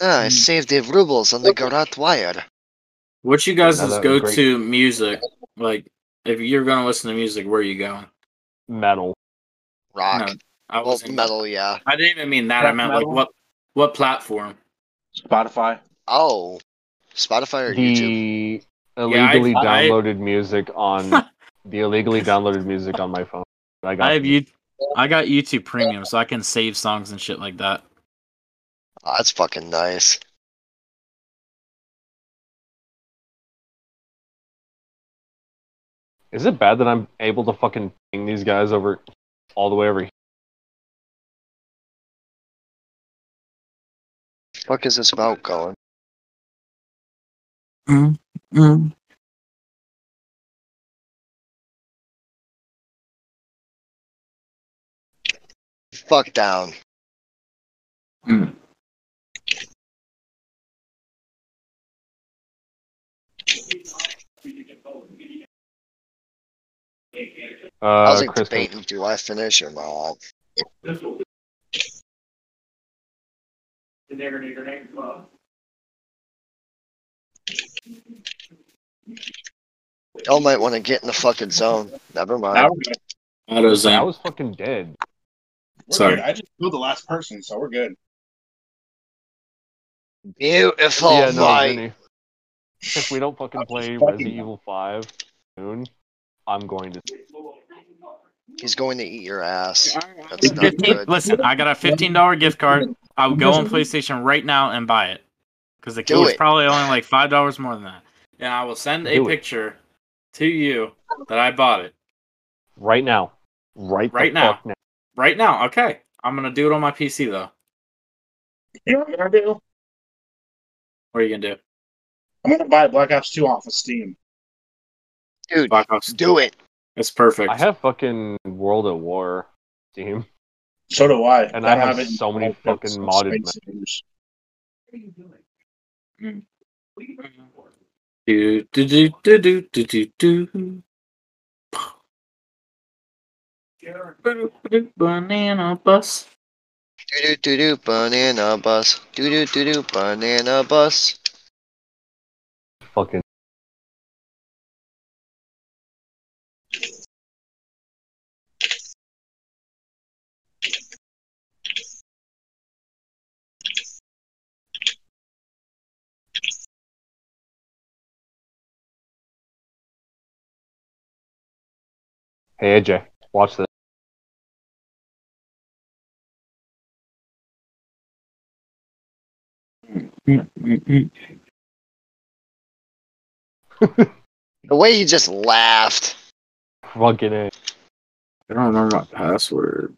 Ah, I Hmm. saved the rubles on the garage wire. What you guys' Now that go was to music? Like if you're gonna listen to music, where are you going? Metal. Rock. No, I well, wasn't metal, yeah. I didn't even mean that. I Rock meant metal? like what what platform? Spotify. Oh. Spotify or YouTube? The Yeah, I- illegally I- downloaded music <laughs> on the illegally downloaded music on my phone. I got I have you. I got YouTube Premium, so I can save songs and shit like that. Oh, that's fucking nice. Is it bad that I'm able to fucking ping these guys over all the way over here? Fuck is this about going? Fuck down. I Uh, was like Chris, debating, do I finish or not? Y'all might want to get in the fucking zone. Never Now mind. we're good. I AutoZone. was fucking dead. We're Sorry. good. I just killed the last person, so we're good. Beautiful yeah, no, light. Vinny. If we don't fucking play Just fucking- Resident Evil 5 soon, I'm going to. He's going to eat your ass. That's not Fifteen- good. Listen, I got a fifteen dollar gift card. I would go on PlayStation right now and buy it because the Do key is it. probably only like five dollars more than that. And I will send a Do it. picture to you that I bought it Right now. Right, the Right now. fuck now. right now. Okay, I'm gonna do it on my PC though. You know what I'm gonna do? What are you gonna do? I'm gonna buy Black Ops 2 off of Steam. Dude, Black Ops. do it. It's perfect. I have fucking World at War Steam. So do I. And I have so many fucking modded maps. Do, do, do, do, do, do, do, do. Boo, boo, Banana bus. Do do do do banana bus. Do do do do banana bus. Fucking Hey AJ, watch this. The way he just laughed. Fucking A. I don't remember my password.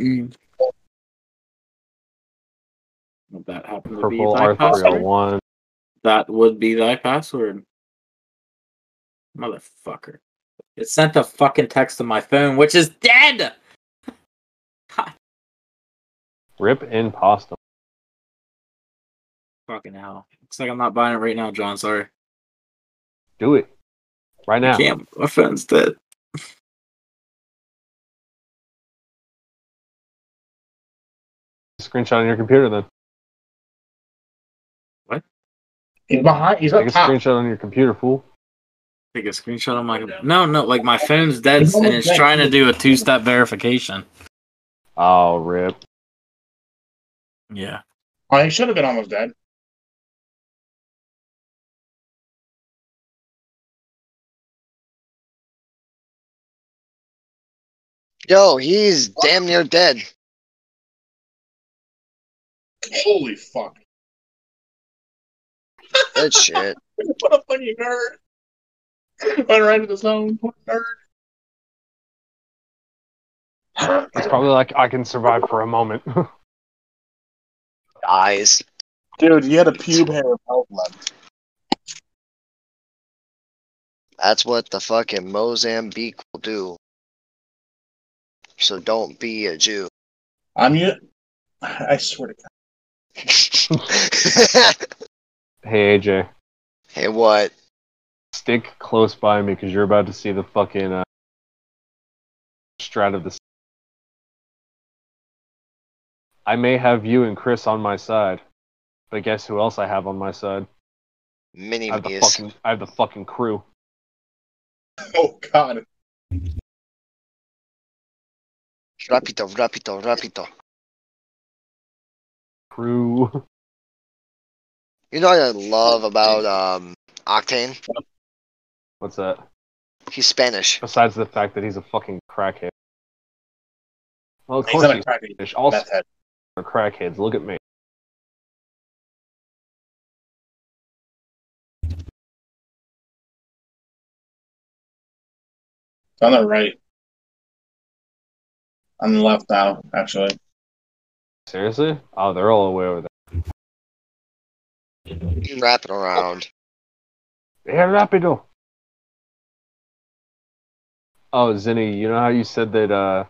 Mm. Well, That happened to Purple be thy password. R301. That would be thy password. Motherfucker. It sent a fucking text to my phone, which is dead! Rip in pasta. Fucking hell. Looks like I'm not buying it right now, John. Sorry. Do it. Right now. Can't. My phone's dead. Screenshot on your computer then. He's behind. He's Take up a top. screenshot on your computer, fool. Take a screenshot on my. No, no. Like, my phone's dead and it's trying to do a two step verification. Oh, rip. Yeah. Oh, he should have been almost dead. Yo, he's damn near dead. Holy fuck! <laughs> Good shit. What a fucking nerd! Went right into the zone. What a nerd! It's probably like I can survive for a moment. <laughs> Eyes. Dude, you had a pube hair of left. That's what the fucking Mozambique will do. So don't be a <laughs> Jew. I'm you. I swear to God. <laughs> hey AJ, hey, what? stick close by me because you're about to see the fucking uh, strat of the. I may have you and Chris on my side, but guess who else I have on my side? Mini I have the me's. fucking I have the fucking crew. Oh God! Rapido, rapido, rapido. Crew. <laughs> You know what I love about um Octane? What's that? He's Spanish. Besides the fact that he's a fucking crackhead. Well, of He's course not a he's crappy Spanish. All meth head. are crackheads. Look at me. It's on the right. On the left now, actually. Seriously? Oh, they're all away over there. He's wrapping around. Yeah, rapido. Oh, Zinni, you know how you said that uh,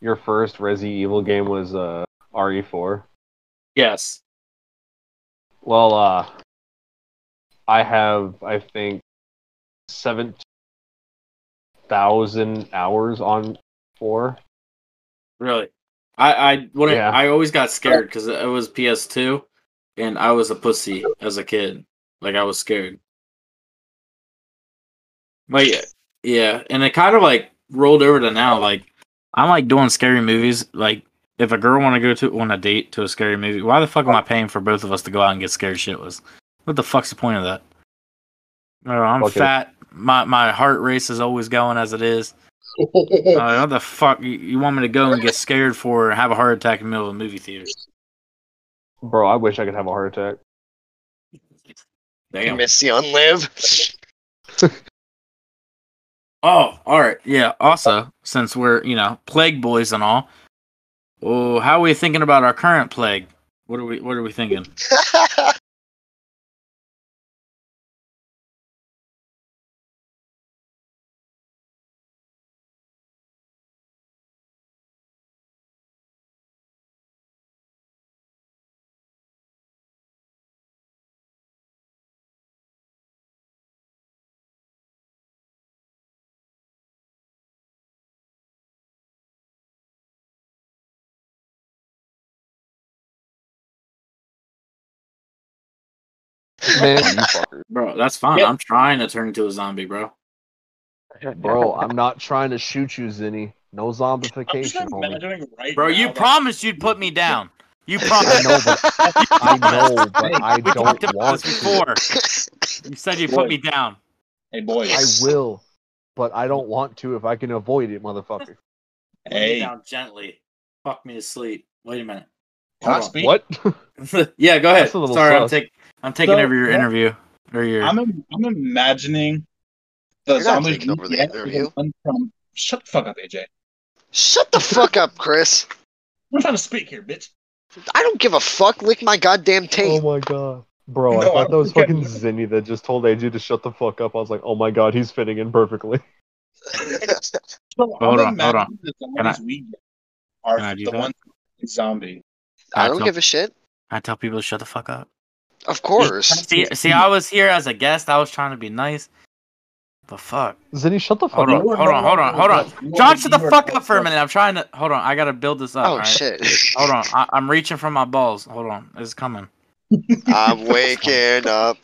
your first Resi Evil game was uh, RE4? Yes. Well, uh, I have, I think, 7,000 hours on 4. Really. I, I wouldn't. Yeah. I always got scared because it was PS2 and I was a pussy as a kid. Like, I was scared. But yeah, yeah, and it kind of like rolled over to now. Like I'm like doing scary movies. Like if a girl want to go to on a date to a scary movie, why the fuck am I paying for both of us to go out and get scared shitless? What the fuck's the point of that? Oh, I'm Fuck it. fat. My my heart race is always going as <laughs> it is. Uh, what the fuck you, you want me to go and get scared for and have a heart attack in the middle of a movie theater? Bro, I wish I could have a heart attack. Damn. Miss the unlive. <laughs> Oh, all right. Yeah. Also, since we're, you know, plague boys and all, oh, how are we thinking about our current plague? What are we what are we thinking? <laughs> Man, you fucker. Bro, that's fine. Yep. I'm trying to turn into a zombie, bro. Bro, I'm not trying to shoot you, Zinny. No <laughs> I'm just zombification, homie. imagining right Bro, now you that- promised you'd put me down. You promised. <laughs> I know, but I <laughs> know, but I we talked don't want about this to. before. You said you put me down. Hey, boys. I will, but I don't want to if I can avoid it, motherfucker. Put me Hey, down gently. Fuck me to sleep. Wait a minute. <laughs> can I Hold on. speak? What? yeah, go ahead. That's a little Sorry, I'm, sus. take, I'm taking So- over your interview or your. I'm, im- I'm imagining the You're not zombies taking over the get with interview. an unprom- Shut the fuck up, AJ. Shut the fuck up, Chris. I'm trying to speak here, bitch. I don't give a fuck. Lick my goddamn Oh tape. my god. Bro, I No, thought that was I'm- fucking Zinni that just told AJ to shut the fuck up. I was like, oh my god, he's fitting in perfectly. <laughs> Oh. So I'm on, hold imagining on. The Can I- zombies we get are Can I do the that? ones zombie. I I don't don't- give a shit. I tell people to shut the fuck up. Of course. See, see, I was here as a guest. I was trying to be nice. But fuck. Zinni, shut the fuck Hold up. on, hold on, hold on, hold on. John, shut the fuck up for a minute. I'm trying to. Hold on, I gotta build this up. Oh all right? shit. Hold on, I, I'm reaching for my balls. Hold on, it's coming. <laughs> I'm waking up.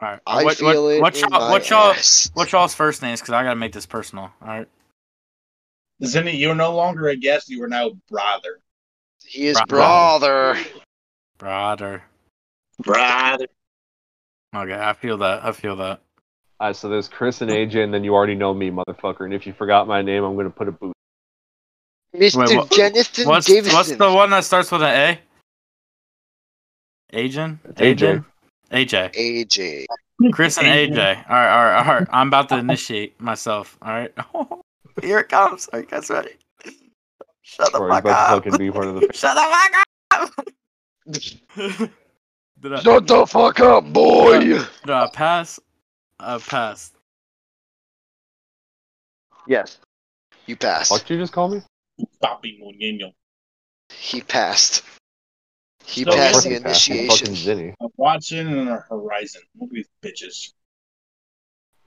All right. I what, feel what, it what in y'all, my what y'all, ass. what y'all's first names? Because I gotta make this personal. All right. Zinni, you are no longer a guest. You are now brother. He is Right. brother. Brother. Brother. Okay, I feel that. I feel that. Alright, so there's Chris and AJ, and then you already know me, motherfucker. And if you forgot my name, I'm gonna put a boot. Mr. Wait, what- Jonathan What's Davison. what's the one that starts with an A? Agent. AJ. AJ. AJ. Chris and AJ. All right, all right, all right. I'm about to initiate myself. All <laughs> right. Here it comes. Are you guys ready? Shut the Or he's fuck about up. to fucking be part of <laughs> the Shut the fuck up. did, I, Shut the fuck up, boy. did I pass? I passed. Yes. You passed. What you just call me? Papi Muñeño. He passed. He No, he passed the didn't pass. You're initiation. Fucking Zinni. I'm watching on the horizon. Look at these bitches.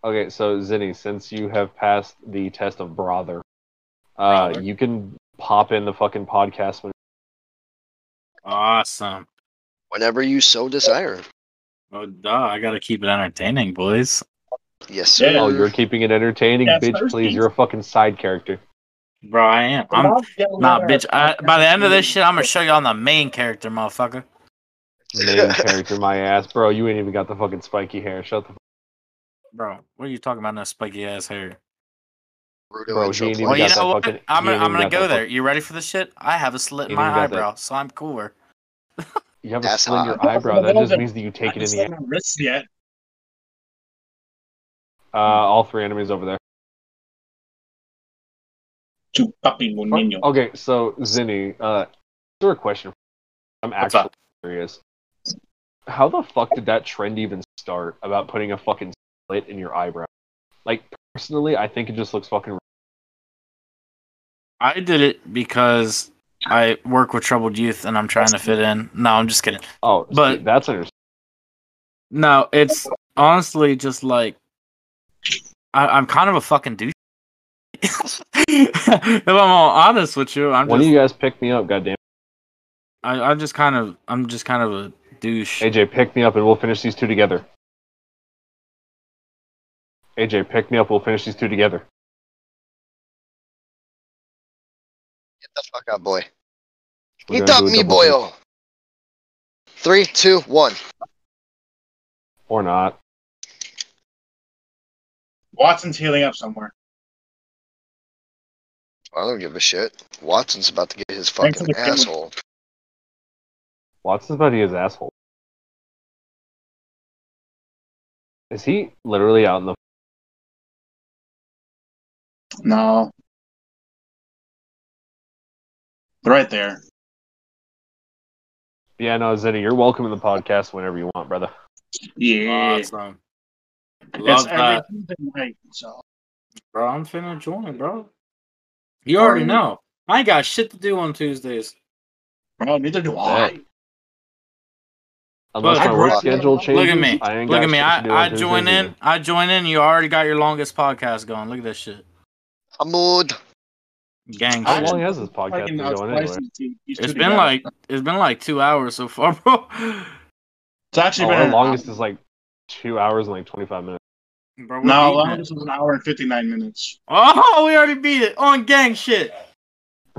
Okay, so Zinni, since you have passed the test of brother, uh, Brother. you can pop in the fucking podcast when Awesome. Whenever you so desire. Oh, duh. I got to keep it entertaining, boys. Yes, sir. Yeah. Oh, you're keeping it entertaining, Yes, bitch. sir. Please, you're a fucking side <laughs> character. Bro, I am. I'm nah, bitch. I, by the end of this shit, I'm going to show y'all the main character, motherfucker. Main character, my ass, bro. You ain't even got the fucking spiky hair. Shut the fuck Bro, what are you talking about in that spiky ass hair? Rudo Bro, intro he ain't play. even Well, you got that know what? fucking- I'm you gonna, ain't I'm even gonna got that go there. fuck- You ready for this shit? I have a slit in You ain't my even got that- eyebrow, so I'm cooler. You have a That's slit in hot. your eyebrow. That just means that you I take it in just the ass. haven't risked yet. Uh, all three enemies over there. To Oh, Papi Muñeño. Okay, so Zinni, uh, sure a question. I'm What's actually up? curious. How the fuck did that trend even start about putting a fucking slit in your eyebrow? Like personally, I think it just looks fucking. I did it because I work with troubled youth and I'm trying to fit in. No, I'm just kidding. Oh, But- see, that's understandable. No, it's honestly just like I, I'm kind of a fucking douche. <laughs> if I'm all honest with you, I'm When just do you guys pick me up? Goddamn, I, I'm just kind of I'm just kind of a douche. AJ, pick me up and we'll finish these two together. AJ, pick me up. We'll finish these two together. Get the fuck up, boy. We're Eat gonna up, do a me double take boil. Three, two, one. or not? Watson's healing up somewhere. I don't give a shit. Watson's about to get his Thanks for fucking the camera. asshole. Watson's about to get his asshole. Is he literally out in the No. Right there. Yeah, no, Zinni, you're welcome in the podcast whenever you want, brother. Yeah. Awesome. It's Love that. everything right. So Bro, I'm finna join, bro. You already know. I ain't got shit to do on Tuesdays. bro, neither do I. Unless Look, my work look- schedule changes, Look at me. I ain't Look got at shit to me. do on I, I Tuesdays join in. either. I join in. You already got your longest podcast going. Look at that shit. Hamud. Gang How I shit. long has this podcast Fucking been out going twice anyway? in two- these It's two been together. like it's been like two hours so far, <laughs> bro. it's actually Oh, been our an longest is like two hours and like twenty <laughs> five minutes. Bro, we No, beat well, it. this was an hour and fifty nine minutes. uh, Oh, we already beat it on gang shit.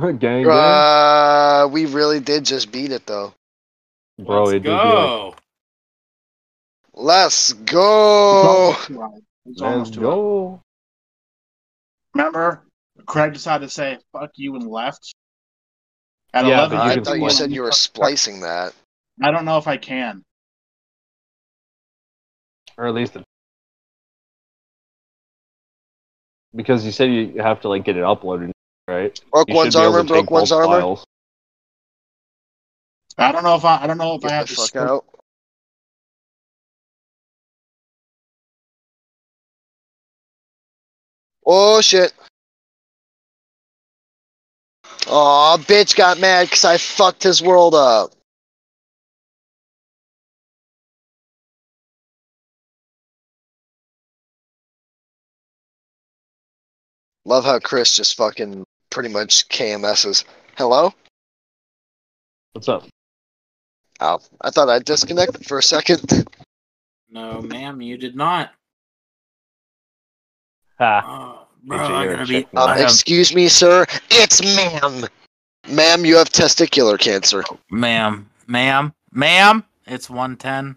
gang, gang. Uh, we really did just beat it though. bro, Let's it did like- go. Let's It's go. almost two hours. It's Let's almost two hours. go. Remember, Craig decided to say "fuck you" and left. At Yeah, eleven, but he I can thought you splice. said you were splicing that. I don't know if I can. Or at least the... because you said you have to like get it uploaded, right? Broke You should one's be able to armor. take Broke one's both armor. files. I don't know if I. I don't know if I Get have the to. fuck split- out. Oh shit. Aw, bitch got mad because I fucked his world up. Love how Chris just fucking pretty much KMS's. Hello? What's up? Oh, I thought I disconnected for a second. <laughs> No, ma'am, you did not. Ha. Oh, Did bro, you I'm hear gonna it? be. Check Um, my- am- excuse me, sir. It's ma'am. Ma'am, you have testicular cancer. Ma'am, ma'am, ma'am. It's 1:10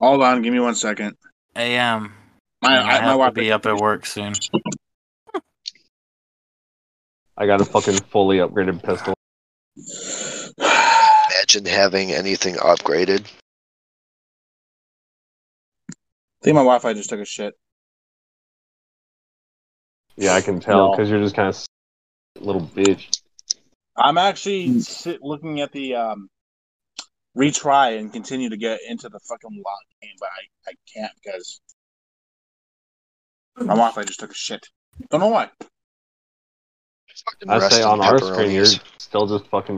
Hold on, give me one second. a.m. My, and I I, my have wife. to be up at work soon. I got a fucking fully upgraded pistol. <sighs> Imagine having anything upgraded. I think my Wi-Fi just took a shit. Yeah, I can tell No. because you're just kind of little bitch. I'm actually sit, looking at the um, retry and continue to get into the fucking lock game, but I, I can't because my Wi-Fi just took a shit. Don't know why. I say Rest on in our screen, you're pepperonis. still just fucking.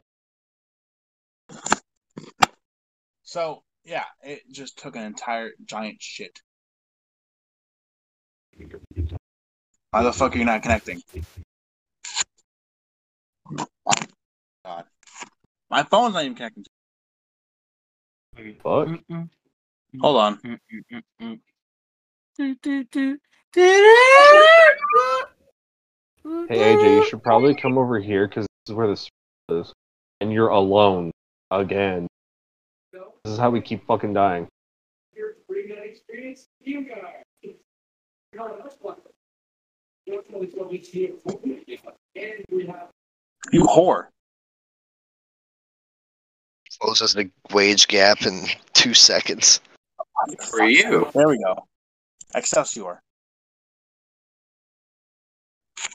So yeah, it just took an entire giant shit. Why the fuck are you not connecting? God, my phone's not even connecting. Fuck. Hold on. Hey AJ, you should probably come over here because this is where the s- is, and you're alone again. This is how we keep fucking dying. You whore. Closes the wage gap in two seconds. For you. There we go. Excelsior.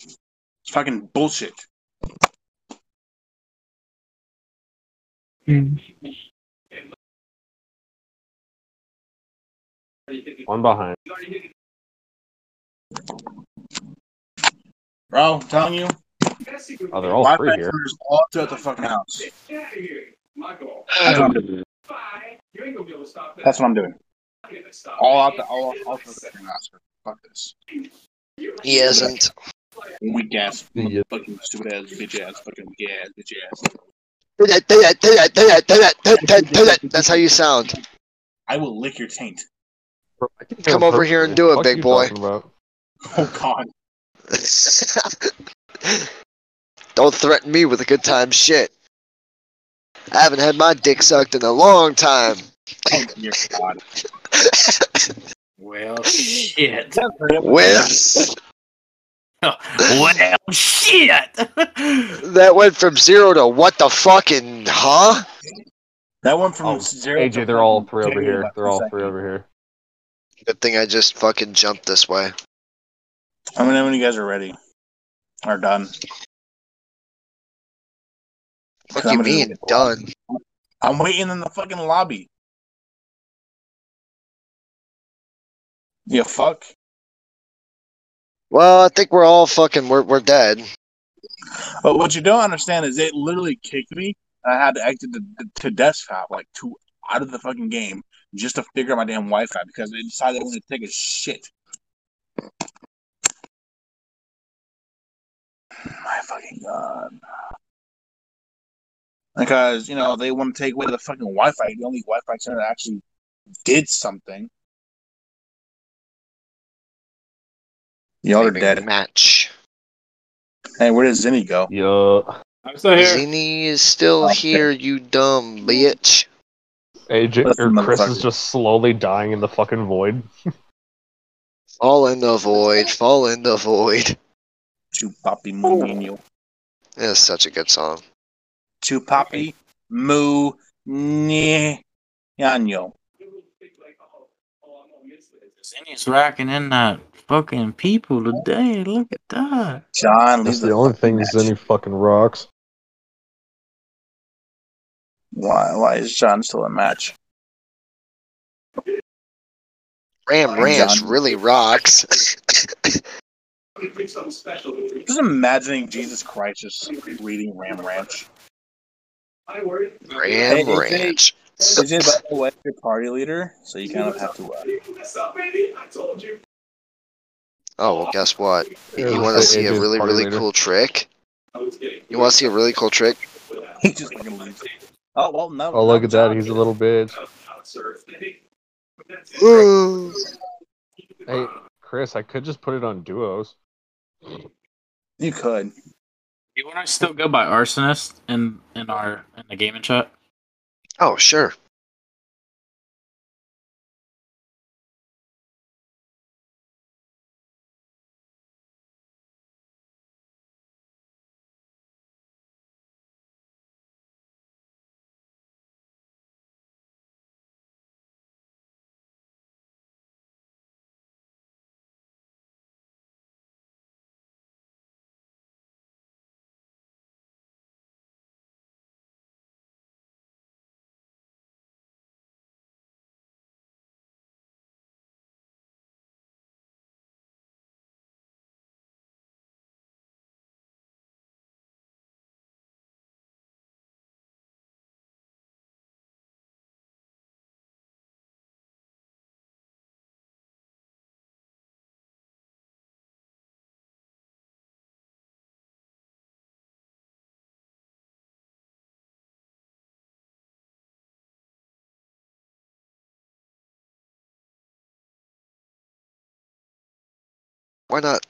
It's fucking bullshit. One behind. Bro, I'm telling you, Oh, they're all Wi-Fi free here. covers all throughout the fucking house. That's what I'm doing. All out the all all throughout the fucking house. Fuck this. He isn't. Weak ass Yeah. fucking stupid ass bitch ass fucking gay ass bitch ass. Do that, do that, do that, do that, do that, do that, do that. That's how you sound. <laughs> I will lick your taint. Bro, I can Come hear over here and do it, Fuck big you boy. talking about. Oh god. Don't threaten me with a good time shit. I haven't had my dick sucked in a long time. Oh dear god. Well, shit. Well, <laughs> well, shit. that went from zero to what the fucking huh? That one from Oh, zero to AJ, they're all fucking three over two here. left They're all second. three over here. Good thing I just fucking jumped this way. I mean, when you guys are ready, are done. What do you mean done? I'm waiting in the fucking lobby. You fuck. Well, I think we're all fucking we're we're dead. But what you don't understand is it literally kicked me. I had to exit the, the, to desktop, like to out of the fucking game, just to figure out my damn Wi-Fi because it decided it wanted to take a shit. <sighs> My fucking god. Because you know they want to take away the fucking Wi-Fi, the only Wi-Fi center that actually did something. Y'all are Big dead. Match. Hey, where does Zinni go? Yeah. I'm still here. Zini is Oh. still here, you dumb bitch. AJ Listen, or Chris is motherfucker. just slowly dying in the fucking void. Fall in the void, fall in the void. To Papi Munino. That's such a good song. To Papi Munino. Zinni's rocking in that fucking people today. Look at that. John, That's leave the only fucking thing match. Zenny fucking rocks. Why, why is John still in match? Ram Fine, Ranch John. really rocks. Just imagining Jesus Christ just reading Ram Ranch. Hey, Ram AJ. Ranch. AJ, by the way, your party leader, so you kind of have to. Uh, Oh well, guess what? You want to It's see a AJ's really party really leader. cool trick? You want to see a really cool trick? he just fucking leaves. Oh well, no. Oh look no, at that, John. he's a little bitch. Ooh. Hey Chris, I could just put it on duos. You could. You want to still go by arsonist in in our in the gaming chat? Oh sure. Why not?